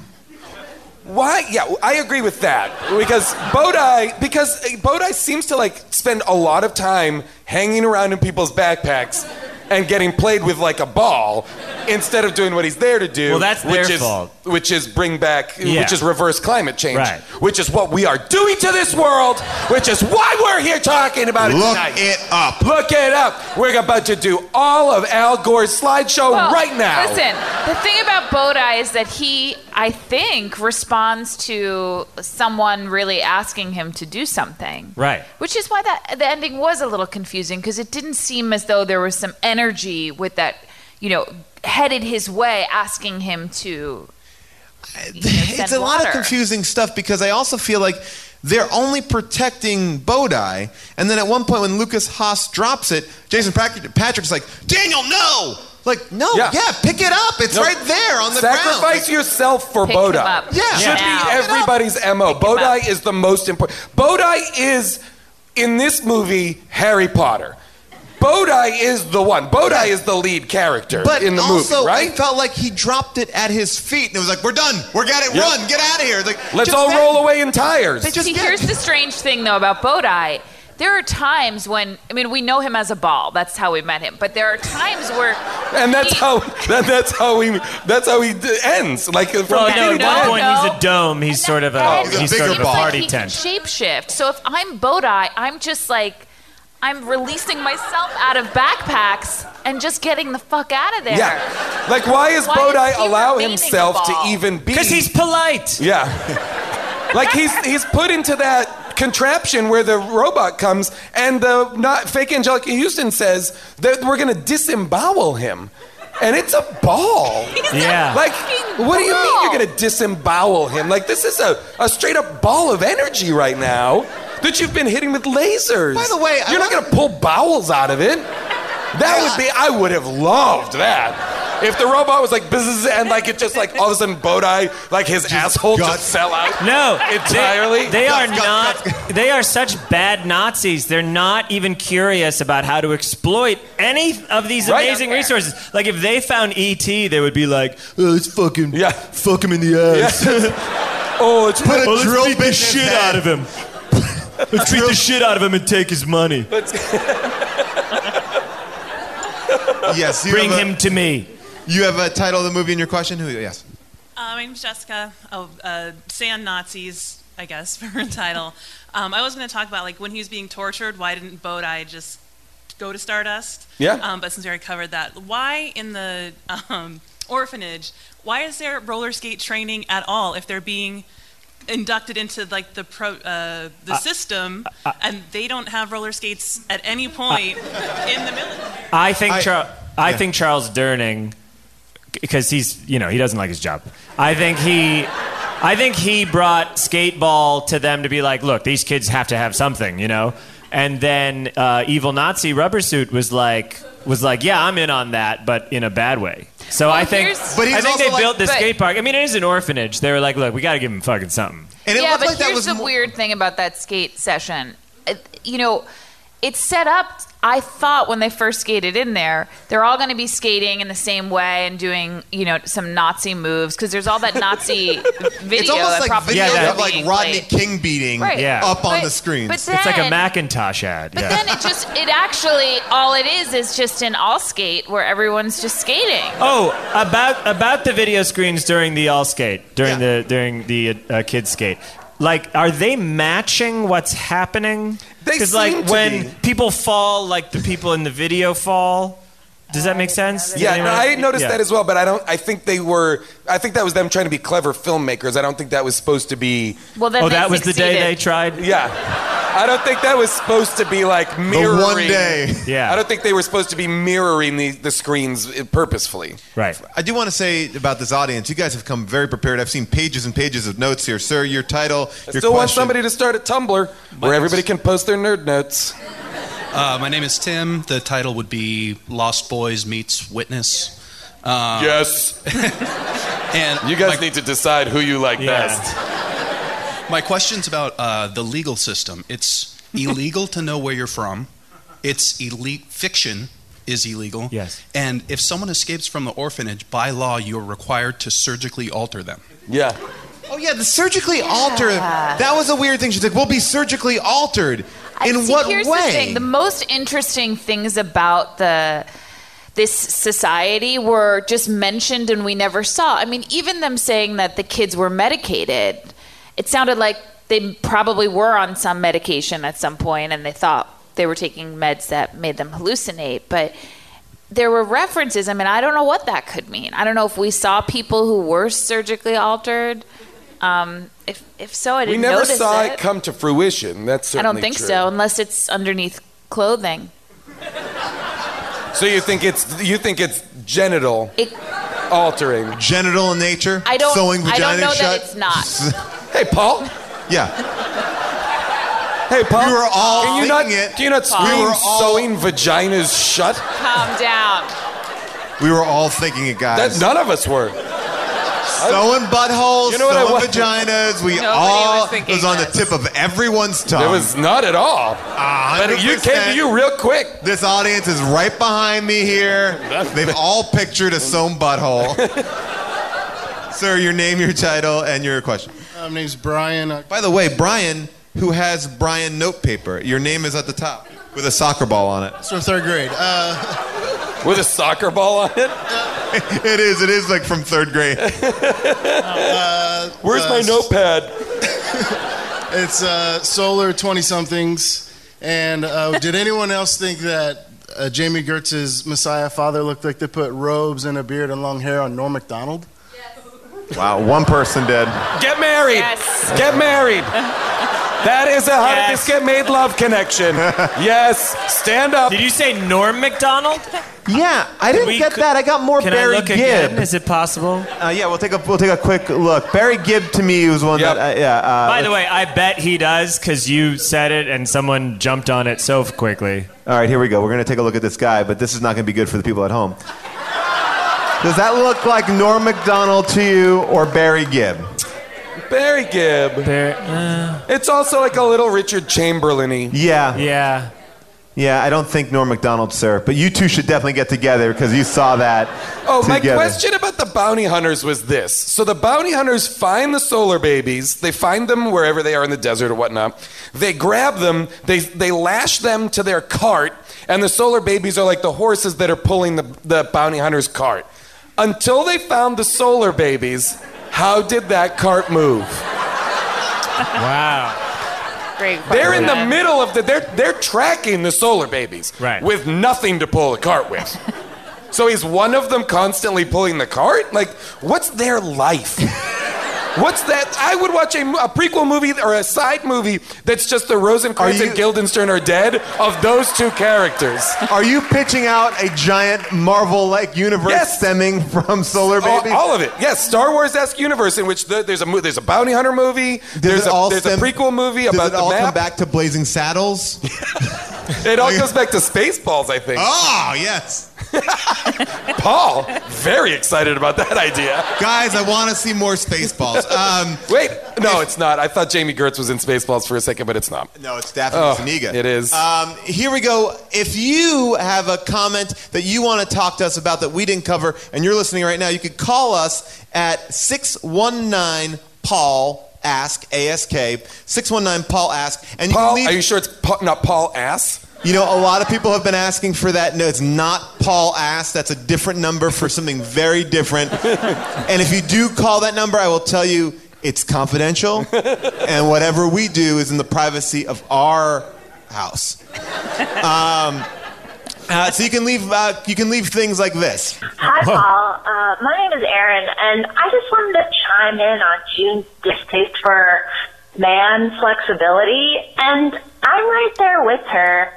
S3: Why? Yeah, I agree with that because Bodai because Bodai seems to like spend a lot of time hanging around in people's backpacks and getting played with like a ball instead of doing what he's there to do.
S5: Well, that's
S3: which
S5: their
S3: is,
S5: fault.
S3: Which is bring back,
S5: Yeah.
S3: which is reverse climate change,
S5: Right.
S3: which is what we are doing to this world, which is why we're here talking about it
S1: Look
S3: tonight.
S1: it up.
S3: Look it up. We're about to do all of Al Gore's slideshow
S4: Well,
S3: right now.
S4: Listen, the thing about Bodai is that he, I think, responds to someone really asking him to do something.
S5: Right.
S4: Which is why that the ending was a little confusing because it didn't seem as though there was some energy with that, you know, headed his way asking him to. you know,
S1: it's
S4: send
S1: a lot of
S4: water.
S1: confusing stuff because I also feel like they're only protecting Bodai, and then at one point when Lucas Haas drops it, Jason Patrick, Patrick's like, "Daniel, no!" Like, no, yeah,
S3: Yeah.
S1: pick it up. It's
S3: No.
S1: right there on the ground.
S3: Sacrifice yourself for
S1: Pick
S3: Bodai.
S1: him up. Yeah.
S3: Should
S1: Yeah.
S3: be
S1: Pick him up.
S3: everybody's MO. Bodai is the most important. Bodai is, in this movie, Harry Potter. Bodai is the one. Bodai is the lead character
S1: But
S3: in the
S1: also,
S3: movie, right?
S1: I felt like he dropped it at his feet, and it was like, "We're done. We're got it.
S3: Yeah.
S1: Run. Get out of here." Like,
S3: Let's
S1: just
S3: all
S1: that-
S3: roll away in tires.
S4: But see, here's the strange thing though about Bodai. There are times when I mean we know him as a ball. That's how we met him. But there are times where
S3: and that's how that, that's how he that's how he d- ends. Like from
S5: Well, no,
S3: beginning
S5: at
S3: to
S5: one
S3: end. Oh,
S5: point he's a dome. He's sort of a, he's sort of a
S4: It's like
S5: party
S4: he can
S5: tent.
S4: Shapeshift. So if I'm Bodai, I'm just like, I'm releasing myself out of backpacks and just getting the fuck out of there.
S3: Yeah. Like, why is
S4: Why
S3: Bodai
S4: is he
S3: allow
S4: remaining
S3: himself to
S4: involved?
S3: even be?
S5: 'Cause he's polite.
S3: Yeah. like he's he's put into that contraption where the robot comes and the not fake Angelica Houston says that we're gonna disembowel him. And it's a ball.
S5: He's a Yeah.
S3: Like,
S5: fucking
S3: what do you mean
S5: ball.
S3: you're gonna disembowel him? Like, this is a, a straight up ball of energy right now that you've been hitting with lasers.
S1: By the way, I
S3: you're not gonna pull bowels out of it. That would be. I would have loved that. If the robot was like bzzz and like it just like all of a sudden Bodai like his asshole just fell out.
S5: No,
S3: entirely.
S5: They, they are not. They are such bad Nazis. They're not even curious about how to exploit any of these
S18: Right.
S5: amazing resources. Like if they found ET, they would be like, oh, "Let's fucking fuck him in the ass.
S3: oh, it's
S18: Put a
S5: let's
S18: drill
S5: beat
S18: bit
S5: the
S18: in
S5: shit
S18: his
S5: out
S18: head."
S5: of him. let's beat the shit out of him and take his money.
S1: yes,
S5: Bring him to me.
S1: You have a title of the movie in your question? Who? Yes.
S8: Uh, my name's Jessica. Oh, uh, Sand Nazis, I guess, for a title. Um, I was going to talk about like when he was being tortured. Why didn't Bodai just go to Stardust?
S19: Yeah.
S8: Um, but since we already covered that, why in the um, orphanage? Why is there roller skate training at all if they're being inducted into like the pro, uh, the
S5: Uh,
S8: system and they don't have roller skates at any point in the military?
S5: I think
S8: I-
S5: I, I
S8: Yeah.
S5: think Charles Durning, because he's you know he doesn't like his job. I think he, I think he brought skateball to them to be like, look, these kids have to have something, you know. And then uh, evil Nazi rubber suit was like was like, yeah, I'm in on that, but in a bad way. So I think
S18: here's- But he's
S5: I think
S18: also
S5: they
S18: like-
S5: built the
S18: but-
S5: skate park. I mean, it is an orphanage. They were like, look, we got to give him fucking something.
S1: And it
S4: yeah,
S1: looked
S4: but
S1: like that
S4: here's
S1: was
S4: the
S1: mo-
S4: weird thing about that skate session. It- You know, it's set up. I thought when they first skated in there, they're all going to be skating in the same way and doing, you know, some Nazi moves because there's all that Nazi video.
S1: It's almost
S4: and
S1: like
S4: propaganda
S1: videos of like
S4: being
S1: Rodney
S4: played.
S1: King beating
S4: Right. Yeah.
S1: up on
S4: But-
S1: the screen.
S4: but
S5: it's like a
S4: then-
S5: Macintosh ad.
S4: But
S5: yeah.
S4: then it just, it actually, all it is is just an all skate where everyone's just skating.
S5: Oh, about about the video screens during the all skate, during the during the uh, uh, kids skate. Like, are they matching what's happening?
S3: They
S5: Because like
S3: seem to
S5: when
S3: be.
S5: people fall, like the people in the video fall. Does that make sense? Does
S3: Yeah,
S5: anyone-
S3: no, I noticed
S5: Yeah.
S3: that as well, but I don't. I think they were. I think that was them trying to be clever filmmakers. I don't think that was supposed to be.
S4: Well, then
S5: Oh, that was the day they tried.
S3: Yeah, I don't think that was supposed to be like mirroring.
S1: day.
S3: Yeah, I don't think they were supposed to be mirroring the, the screens uh, purposefully.
S5: Right.
S1: I do want to say about this audience, you guys have come very prepared. I've seen pages and pages of notes here. Sir, your title,
S3: I
S1: your
S3: still want
S1: question.
S3: somebody to start a Tumblr where everybody can post their nerd notes.
S18: Uh, my name is Tim. The title would be Lost Boys Meets Witness. Um,
S3: yes.
S18: and
S3: you guys need to decide who you like best.
S18: My question's about uh, the legal system. It's illegal to know where you're from. It's elite fiction is illegal. Yes. And if someone escapes from the orphanage, by law, you're required to surgically alter them.
S3: Yeah.
S1: Oh yeah, the surgically altered. That was a weird thing. She's like, "We'll be surgically altered." In
S4: See,
S1: what
S4: here's
S1: way?
S4: The, thing. the most interesting things about the this society were just mentioned and we never saw. I mean, even them saying that the kids were medicated, it sounded like they probably were on some medication at some point and they thought they were taking meds that made them hallucinate, but there were references. I mean, I don't know what that could mean. I don't know if we saw people who were surgically altered. Um, if, if so, I
S3: We
S4: didn't
S3: never
S4: notice
S3: saw
S4: it.
S3: it come to fruition. That's
S4: I
S3: certainly
S4: don't think
S3: true.
S4: so, unless it's underneath clothing.
S3: So you think it's you think it's genital altering?
S1: Genital in nature?
S4: I don't. I don't know that it's not.
S3: hey, Paul.
S1: Yeah.
S3: Hey, Paul.
S1: We were all
S3: can you not,
S1: thinking it.
S3: Can you not
S1: Paul.
S3: scream
S1: We were all-
S3: sewing vaginas shut?
S4: Calm down.
S1: We were all thinking it, guys.
S3: That, none of us were.
S1: Sewing buttholes,
S3: You know what I
S1: sewing
S3: wa-
S1: vaginas. We
S3: Nobody
S1: all
S3: was thinking
S1: it was on
S3: this.
S1: the tip of everyone's tongue.
S3: It was not at all.
S1: Uh,
S3: But you came to you real quick.
S1: This audience is right behind me here. They've all pictured a sewn butthole. Sir, your name, your title, and your question.
S19: Uh, my name's Brian. Uh,
S1: By the way, Brian, who has Brian notepaper, your name is at the top with a soccer ball on it.
S19: it's from third grade. Uh,
S3: With a soccer ball on it?
S1: it is. It is like from third grade.
S19: uh,
S3: Where's
S19: uh,
S3: my notepad?
S19: It's uh, Solar 20 somethings. And uh, did anyone else think that uh, Jamie Gertz's Messiah father looked like they put robes and a beard and long hair on Norm MacDonald?
S1: Wow, one person did.
S3: Get married.
S19: Yes.
S3: Get married. That is a how did this get made love connection. yes. Stand up. Did
S5: you say Norm McDonald?
S1: Yeah, I
S5: Did
S1: didn't
S5: we
S1: get
S5: co-
S1: that. I got more
S5: Can
S1: Barry
S5: I look
S1: Gibb.
S5: again? Is it possible?
S1: Uh, yeah, we'll take a we'll take a quick look. Barry Gibb to me was one that uh, yeah. Uh,
S5: By the way, I bet he does because you said it and someone jumped on it so quickly.
S1: all right, here we go. We're gonna take a look at this guy, but this is not gonna be good for the people at home. Does that look like Norm Macdonald to you or Barry Gibb?
S3: Barry Gibb.
S5: uh.
S3: it's also like a little Richard Chamberlain
S1: Yeah.
S5: Yeah.
S1: Yeah, I don't think Norm Macdonald, sir. But you two should definitely get together because you saw that.
S3: Oh, my
S1: together.
S3: question about the bounty hunters was this. So the bounty hunters find the solar babies. They find them wherever they are in the desert or whatnot. They grab them. They they lash them to their cart, and the solar babies are like the horses that are pulling the, the bounty hunters' cart. Until they found the solar babies, how did that cart move?
S5: Wow.
S4: Great.
S3: They're in the
S4: question.
S3: middle of the. They're they're tracking the solar babies right. with nothing to pull a cart with. so is one of them constantly pulling the cart? Like, what's their life? What's that? I would watch a, mo- a prequel movie or a side movie that's just the Rosencrantz and Guildenstern are dead of those two characters.
S1: Are you pitching out a giant Marvel-like universe stemming from solar
S3: All,
S1: babies?
S3: Oh, all of it, yes. Star Wars-esque universe in which the, there's a mo- there's a bounty hunter movie. there's
S1: it
S3: a,
S1: all
S3: there's
S1: stem-
S3: a prequel movie
S1: Does
S3: about
S1: it
S3: the
S1: all
S3: map.
S1: come back to Blazing Saddles?
S3: It all goes back to Spaceballs, I think.
S1: Ah, Oh, yes.
S3: Paul, very excited about that idea.
S1: Guys, I want to see more Spaceballs. Um,
S3: Wait, no, it's not. I thought Jamie Gertz was in Spaceballs for a second, but it's not.
S1: No, it's Daphne
S3: Oh,
S1: Zuniga.
S3: it is.
S1: Um, here we go. If you have a comment that you want to talk to us about that we didn't cover and you're listening right now, you could call us at 619 Paul Ask ASK. 619 Paul Ask. And Paul, are you
S3: sure it's not Paul Ass?
S1: You know, a lot of people have been asking for that. No, it's not Paul Ask. That's a different number for something very different. and if you do call that number, I will tell you it's confidential. and whatever we do is in the privacy of our house. Um, uh, so you can leave uh, you can leave things like this.
S20: Hi, Paul. Uh, my name is Erin, and I just wanted to chime in on June's distaste for man flexibility, and I'm right there with her.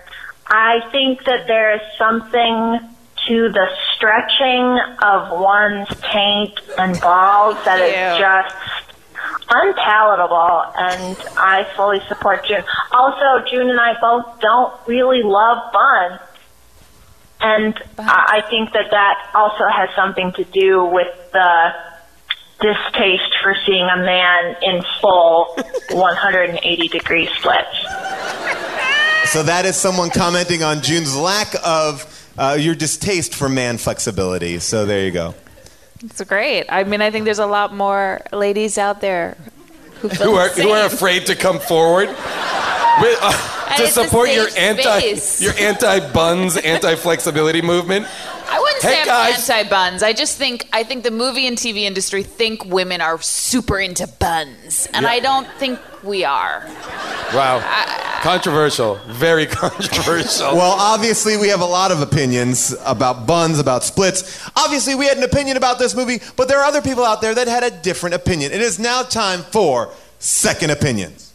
S20: I think that there is something to the stretching of one's taint and balls that is just unpalatable, and I fully support June. Also, June and I both don't really love buns. And I I think that that also has something to do with the distaste for seeing a man in full 180 degree splits.
S1: So that is someone commenting on June's lack of uh, your distaste for man flexibility. So there you go.
S21: It's great. I mean, I think there's a lot more ladies out there who, feel
S3: who are
S21: the same.
S3: who are afraid to come forward with, uh,
S21: And
S3: to
S21: it's a
S3: support your
S21: safe
S3: anti
S21: space.
S3: your anti buns anti flexibility movement.
S21: I wouldn't
S3: Hey,
S21: say I'm
S3: guys.
S21: anti buns. I just think I think the movie and TV industry think women are super into buns, and
S3: Yeah.
S21: I don't think we are.
S3: Wow, controversial, very controversial.
S1: Well, obviously, we have a lot of opinions about buns, about splits. Obviously, we had an opinion about this movie, but there are other people out there that had a different opinion. It is now time for Second Opinions.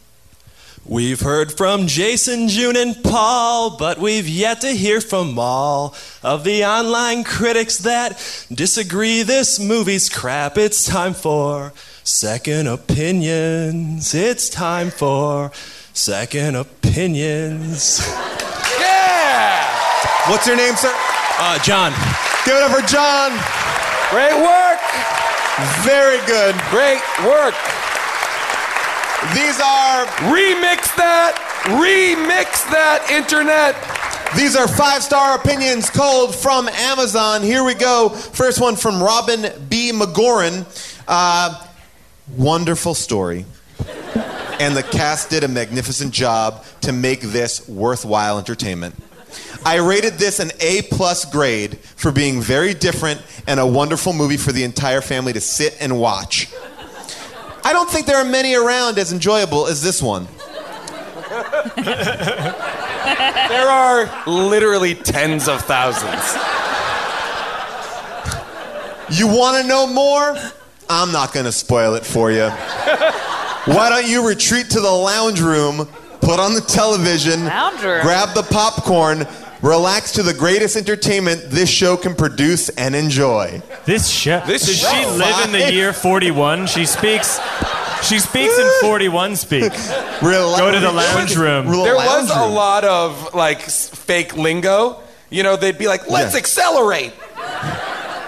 S22: We've heard from Jason, June, and Paul, but we've yet to hear from all of the online critics that disagree this movie's crap. It's time for second opinions. It's time for second opinions.
S1: Yeah! What's your name, sir?
S22: Uh, John.
S1: Give it up for John.
S3: Great work.
S1: Very good.
S3: Great work.
S1: These are
S3: remix that, remix that internet.
S1: These are five star opinions cold from Amazon. Here we go. First one from Robin B. McGoran. Uh, wonderful story. And the cast did a magnificent job to make this worthwhile entertainment. I rated this an A plus grade for being very different and a wonderful movie for the entire family to sit and watch. I don't think there are many around as enjoyable as this one.
S3: There are literally tens of thousands.
S1: You want to know more? I'm not going to spoil it for you. Why don't you retreat to the lounge room, put on the television,
S21: Lounge room.
S1: grab the popcorn, relax to the greatest entertainment this show can produce and enjoy.
S5: This show.
S1: This
S5: does she
S1: show.
S5: live in the year 41? She speaks. She speaks in 41 speak. Go to the lounge room.
S3: There was a lot of like s- fake lingo. You know, they'd be like, "Let's accelerate,"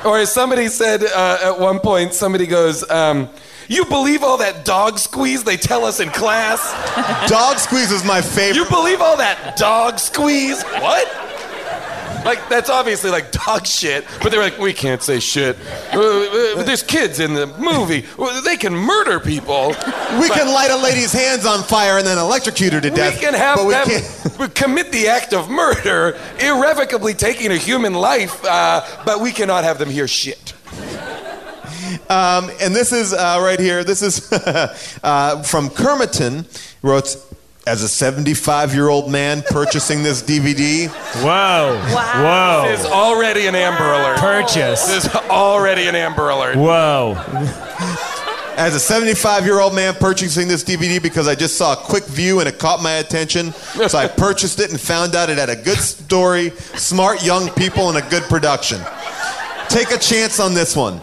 S3: or as somebody said uh, at one point, somebody goes, um, "You believe all that dog squeeze they tell us in class?"
S1: dog squeeze is my favorite.
S3: You believe all that dog squeeze? What? Like that's obviously like dog shit, but they're like, we can't say shit. Uh, uh, there's kids in the movie. Uh, They can murder people.
S1: We can light a lady's hands on fire and then electrocute her to death.
S3: We can have
S1: but we
S3: them
S1: can't-
S3: commit the act of murder, irrevocably taking a human life, uh, but we cannot have them hear shit.
S1: Um, and this is uh, right here. This is uh, from Kermiton. Wrote as a 75 year old man purchasing this DVD.
S5: Whoa! Wow.
S3: This is already an Amber Alert.
S5: Purchase.
S3: This is already an Amber Alert.
S5: Whoa!
S1: As a 75 year old man purchasing this DVD because I just saw a quick view and it caught my attention. So I purchased it and found out it had a good story, smart young people, and a good production. Take a chance on this one.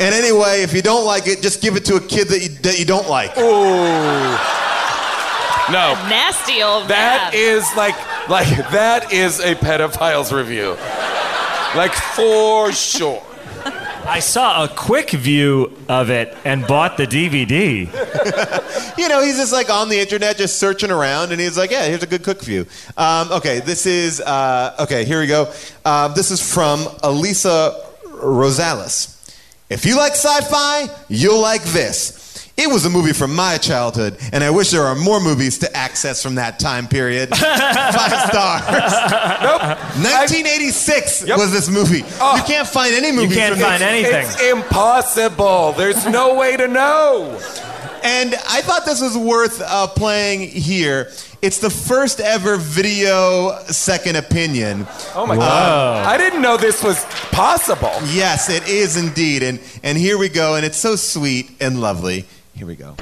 S1: And anyway, if you don't like it, just give it to a kid that you, that you don't like.
S3: Ooh. No.
S21: Nasty old
S3: That is like like that is a pedophile's review. Like, for sure.
S5: I saw a quick view of it and bought the DVD.
S1: you know, he's just like on the internet, just searching around, and he's like, "Yeah, here's a good cook view." Um, okay, this is uh, okay. Here we go. Um, this is from Elisa Rosales. If you like sci-fi, you'll like this. It was a movie from my childhood, and I wish there are more movies to access from that time period. Five stars. Nope. 1986 was this movie. You can't find any movies. from that-
S3: It's impossible. There's no way to know.
S1: And I thought this was worth uh, playing here. It's the first ever video second opinion. Um,
S3: Oh my God. I didn't know this was possible.
S1: Yes, it is indeed. And and here we go. And it's so sweet and lovely. Here we go.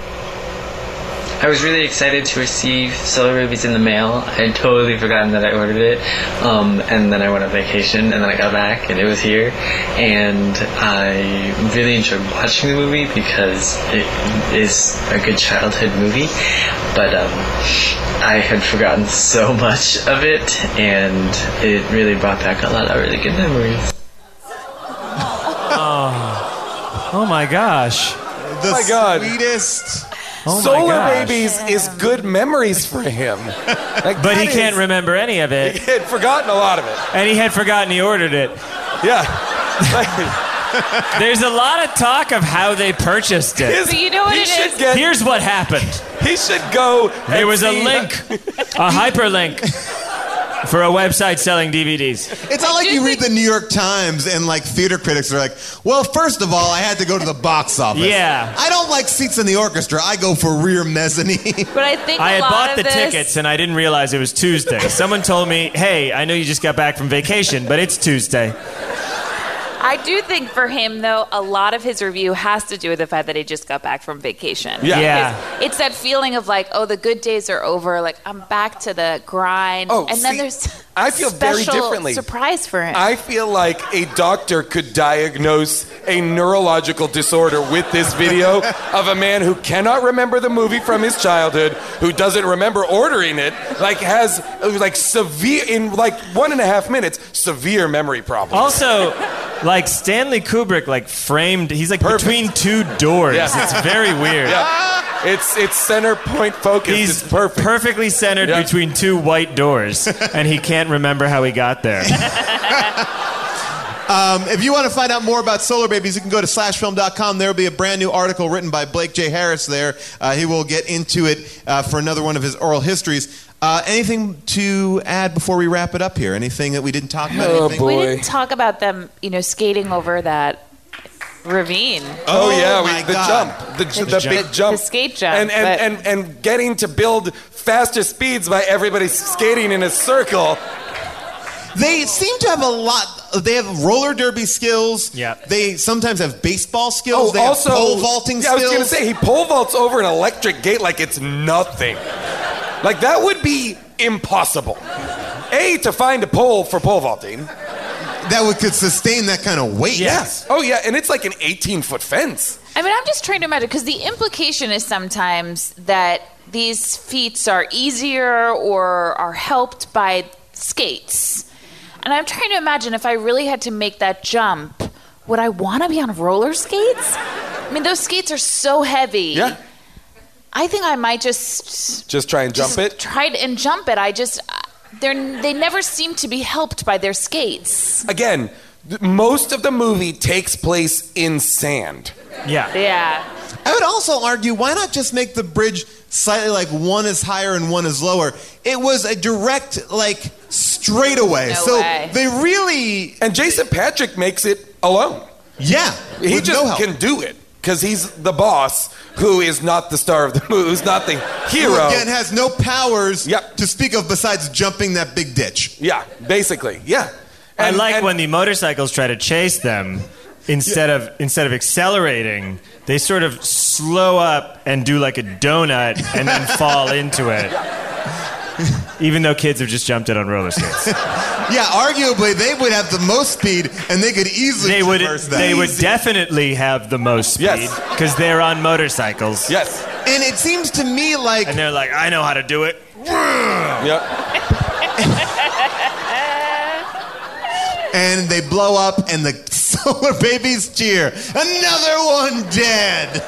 S11: I was really excited to receive Solar Rubies in the mail. I had totally forgotten that I ordered it. Um, and then I went on vacation, and then I got back, and it was here. And I really enjoyed watching the movie because it is a good childhood movie. But um, I had forgotten so much of it, and it really brought back a lot of really good memories.
S5: Oh, oh my gosh.
S1: The
S3: Oh, my God.
S1: sweetest.
S5: Oh my
S3: Solar
S5: gosh.
S3: Babies is good memories for him.
S5: But he can't remember any of it.
S3: He had forgotten a lot of it.
S5: And he had forgotten he ordered it.
S3: Yeah.
S5: There's a lot of talk of how they purchased it.
S3: His- But you know what he it should is? get-
S5: Here's what happened.
S3: He should go.
S5: There
S3: and
S5: was a
S3: see-
S5: link, a hyperlink for a website selling DVDs.
S1: It's not like you read the New York Times and like theater critics are like, well, first of all, I had to go to the box office.
S5: Yeah.
S1: I don't like seats in the orchestra. I go for rear mezzanine.
S4: But I think
S5: I
S4: a
S5: had
S4: lot
S5: bought
S4: of
S5: the
S4: this,
S5: tickets and I didn't realize it was Tuesday. Someone told me, "Hey, I know you just got back from vacation, but it's Tuesday."
S4: I do think for him though, a lot of his review has to do with the fact that he just got back from vacation.
S5: Yeah. Yeah.
S4: Because It's that feeling of like, oh, the good days are over. Like I'm back to the grind.
S3: Oh,
S4: and then
S3: see,
S4: there's
S3: I feel very
S4: special
S3: differently.
S4: Surprise for him.
S3: I feel like a doctor could diagnose a neurological disorder with this video of a man who cannot remember the movie from his childhood, who doesn't remember ordering it, like has uh, like severe in like one and a half minutes severe memory problems.
S5: Also, like Stanley Kubrick, like framed. He's like between two doors.
S3: Yes.
S5: It's very weird.
S3: Yeah. It's it's center point focused.
S5: He's perfectly centered
S3: Yeah.
S5: between two white doors, and he can't remember how he got there.
S1: Um, if you want to find out more about Solar Babies, you can go to slashfilm.com. There will be a brand new article written by Blake J. Harris there. Uh, he will get into it uh, for another one of his oral histories. Uh, anything to add before we wrap it up here? Anything that we didn't talk about?
S3: Oh,
S1: Anything-
S4: We didn't talk about them, you know, skating over that ravine.
S3: Oh, yeah, we,
S4: my
S3: the
S4: God.
S3: jump, the, j-
S4: The
S3: the
S4: jump.
S3: big
S4: The-
S3: jump,
S4: the skate jump,
S3: and and, and and getting to build faster speeds by everybody skating in a circle.
S1: They seem to have a lot. They have roller derby skills. Yeah. They sometimes have baseball skills. they
S3: Oh, also,
S1: have pole vaulting
S3: yeah,
S1: skills.
S3: I was gonna say he pole vaults over an electric gate like it's nothing. like that would be impossible. A to find a pole for pole vaulting.
S1: that would could sustain that kind of weight.
S3: Yes. Oh yeah, and it's like an 18 foot fence.
S4: I mean, I'm just trying to imagine because the implication is sometimes that these feats are easier or are helped by skates. And I'm trying to imagine if I really had to make that jump, would I want to be on roller skates? I mean, those skates are so heavy.
S3: Yeah.
S4: I think I might just
S3: Just try and jump it.
S4: try it and jump it. I just, uh, they're, they never seem to be helped by their skates.
S3: Again, th- most of the movie takes place in sand.
S5: Yeah.
S4: Yeah.
S1: I would also argue, why not just make the bridge slightly like one is higher and one is lower? It was a direct like straightaway.
S3: No
S1: so
S3: way.
S1: they really
S3: And Jason Patrick makes it alone.
S1: Yeah.
S3: He
S1: with
S3: just
S1: no help.
S3: can do it because he's the boss who is not the star of the movie, who's not the hero.
S1: Who again has no powers to speak of besides jumping that big ditch.
S3: Yeah, basically. Yeah.
S5: I like when the motorcycles try to chase them instead of instead of accelerating, they sort of slow up and do like a donut and then fall into it. Even though kids have just jumped it on roller skates.
S1: Yeah, arguably they would have the most speed and they could easily
S5: They would
S1: traverse that.
S5: they would definitely have the most speed
S1: Yes.
S5: because they're on motorcycles.
S3: Yes.
S1: And it seems to me like
S5: And they're like, I know how to do it.
S3: Yep.
S1: and they blow up, and the solar babies cheer. Another one dead.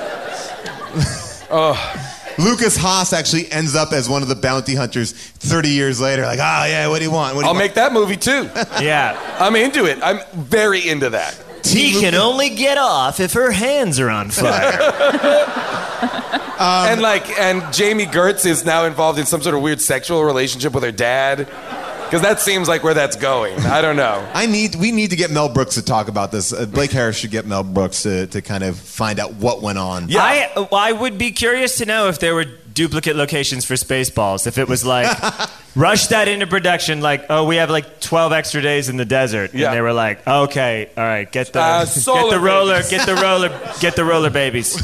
S1: oh. Lucas Haas actually ends up as one of the bounty hunters 30 years later. Like, oh, yeah, what do you want? What do you
S3: I'll
S1: want?
S3: make that movie too.
S5: yeah.
S3: I'm into it. I'm very into that.
S5: He can only get off if her hands are on fire.
S1: Um,
S3: and like, and Jamie Gertz is now involved in some sort of weird sexual relationship with her dad, because that seems like where that's going. I don't know.
S1: I need. We need to get Mel Brooks to talk about this. Uh, Blake Harris should get Mel Brooks to, to kind of find out what went on.
S5: Yeah. I, well, I would be curious to know if there were duplicate locations for Spaceballs. If it was like, rush that into production, like, oh, we have like 12 extra days in the desert.
S3: Yeah.
S5: And they were like, okay, all right, get the,
S3: Uh,
S5: get
S3: solar
S5: the roller,
S3: babies.
S5: get the roller, get the roller babies.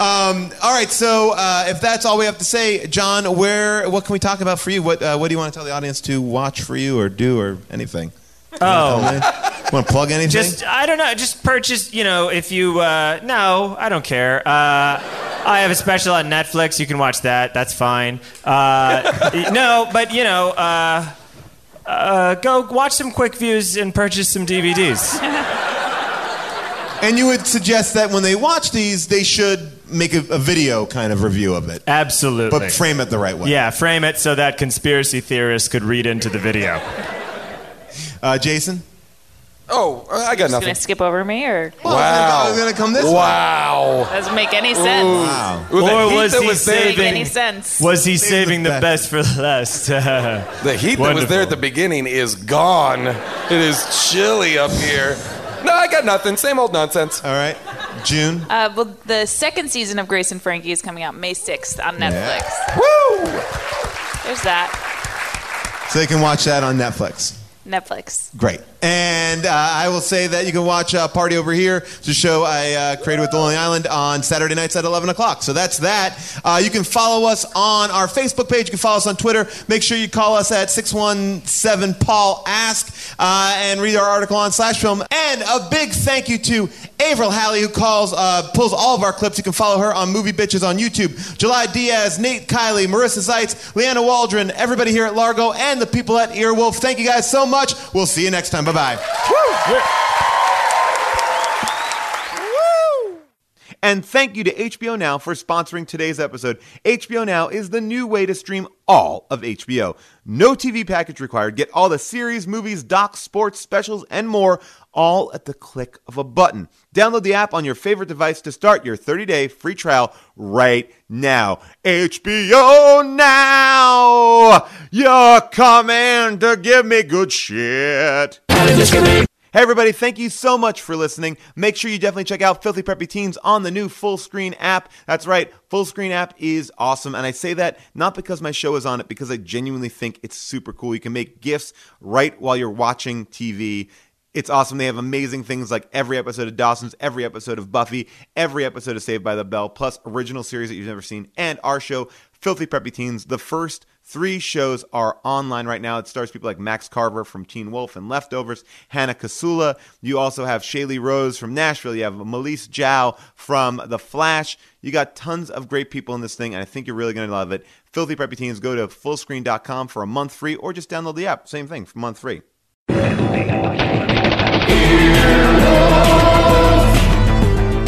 S1: Um, all right. So uh, if that's all we have to say, John, where what can we talk about for you? What uh, What do you want to tell the audience to watch for you or do or anything?
S5: Oh.
S1: want to plug anything?
S5: Just I don't know. Just purchase. You know, if you uh, no, I don't care. Uh, I have a special on Netflix. You can watch that. That's fine. Uh, y- no, but you know, uh, uh, go watch some quick views and purchase some DVDs.
S1: and you would suggest that when they watch these, they should make a, a video kind of review of it.
S5: Absolutely.
S1: But frame it the right way.
S5: Yeah, frame it so that conspiracy theorists could read into the video.
S1: Uh, Jason.
S3: Oh, I
S21: Just gonna skip over me, or
S3: Wow.
S1: I was gonna come this way.
S3: Wow.
S21: doesn't make any sense.
S3: Ooh, the heat
S5: Or was
S3: that
S5: he
S3: was there-
S5: saving?
S21: Make any sense.
S5: Was he saving the best, for last? the
S3: The heat that was there at the beginning is gone. It is chilly up here. No, I got nothing. Same old nonsense.
S1: All right, June.
S21: Uh, well, the second season of Grace and Frankie is coming out May 6th on Netflix.
S3: Woo!
S21: There's that.
S1: So you can watch that on Netflix.
S21: Netflix.
S1: Great. And uh, I will say that you can watch uh, Party Over Here, it's a show I uh, created with Lonely Island on Saturday nights at 11 o'clock. So that's that. Uh, you can follow us on our Facebook page. You can follow us on Twitter. Make sure you call us at 617-PAUL-ASK uh, and read our article on Slash Film. And a big thank you to Avril Halley, who calls, uh, pulls all of our clips. You can follow her on Movie Bitches on YouTube. July Diaz, Nate Kiley, Marissa Zeitz, Leanna Waldron, everybody here at Largo, and the people at Earwolf. Thank you guys so much. We'll see you next time. Bye-bye. And thank you to HBO Now for sponsoring today's episode. HBO Now is the new way to stream all of HBO. No TV package required. Get all the series, movies, docs, sports, specials, and more all at the click of a button. Download the app on your favorite device to start your 30-day free trial right now. HBO Now! You're coming to give me good shit. Hey, everybody, thank you so much for listening. Make sure you definitely check out Filthy Preppy Teens on the new full screen app. That's right, full screen app is awesome. And I say that not because my show is on it, because I genuinely think it's super cool. You can make GIFs right while you're watching TV. It's awesome. They have amazing things like every episode of Dawson's, every episode of Buffy, every episode of Saved by the Bell, plus original series that you've never seen, and our show, Filthy Preppy Teens. The first three shows are online right now. It stars people like Max Carver from Teen Wolf and Leftovers, Hannah Kasula. You also have Shaylee Rose from Nashville. You have Melise Jow from The Flash. You got tons of great people in this thing, and I think you're really going to love it. Filthy Preppy Teens, go to fullscreen.com for a month free, or just download the app. Same thing for month free.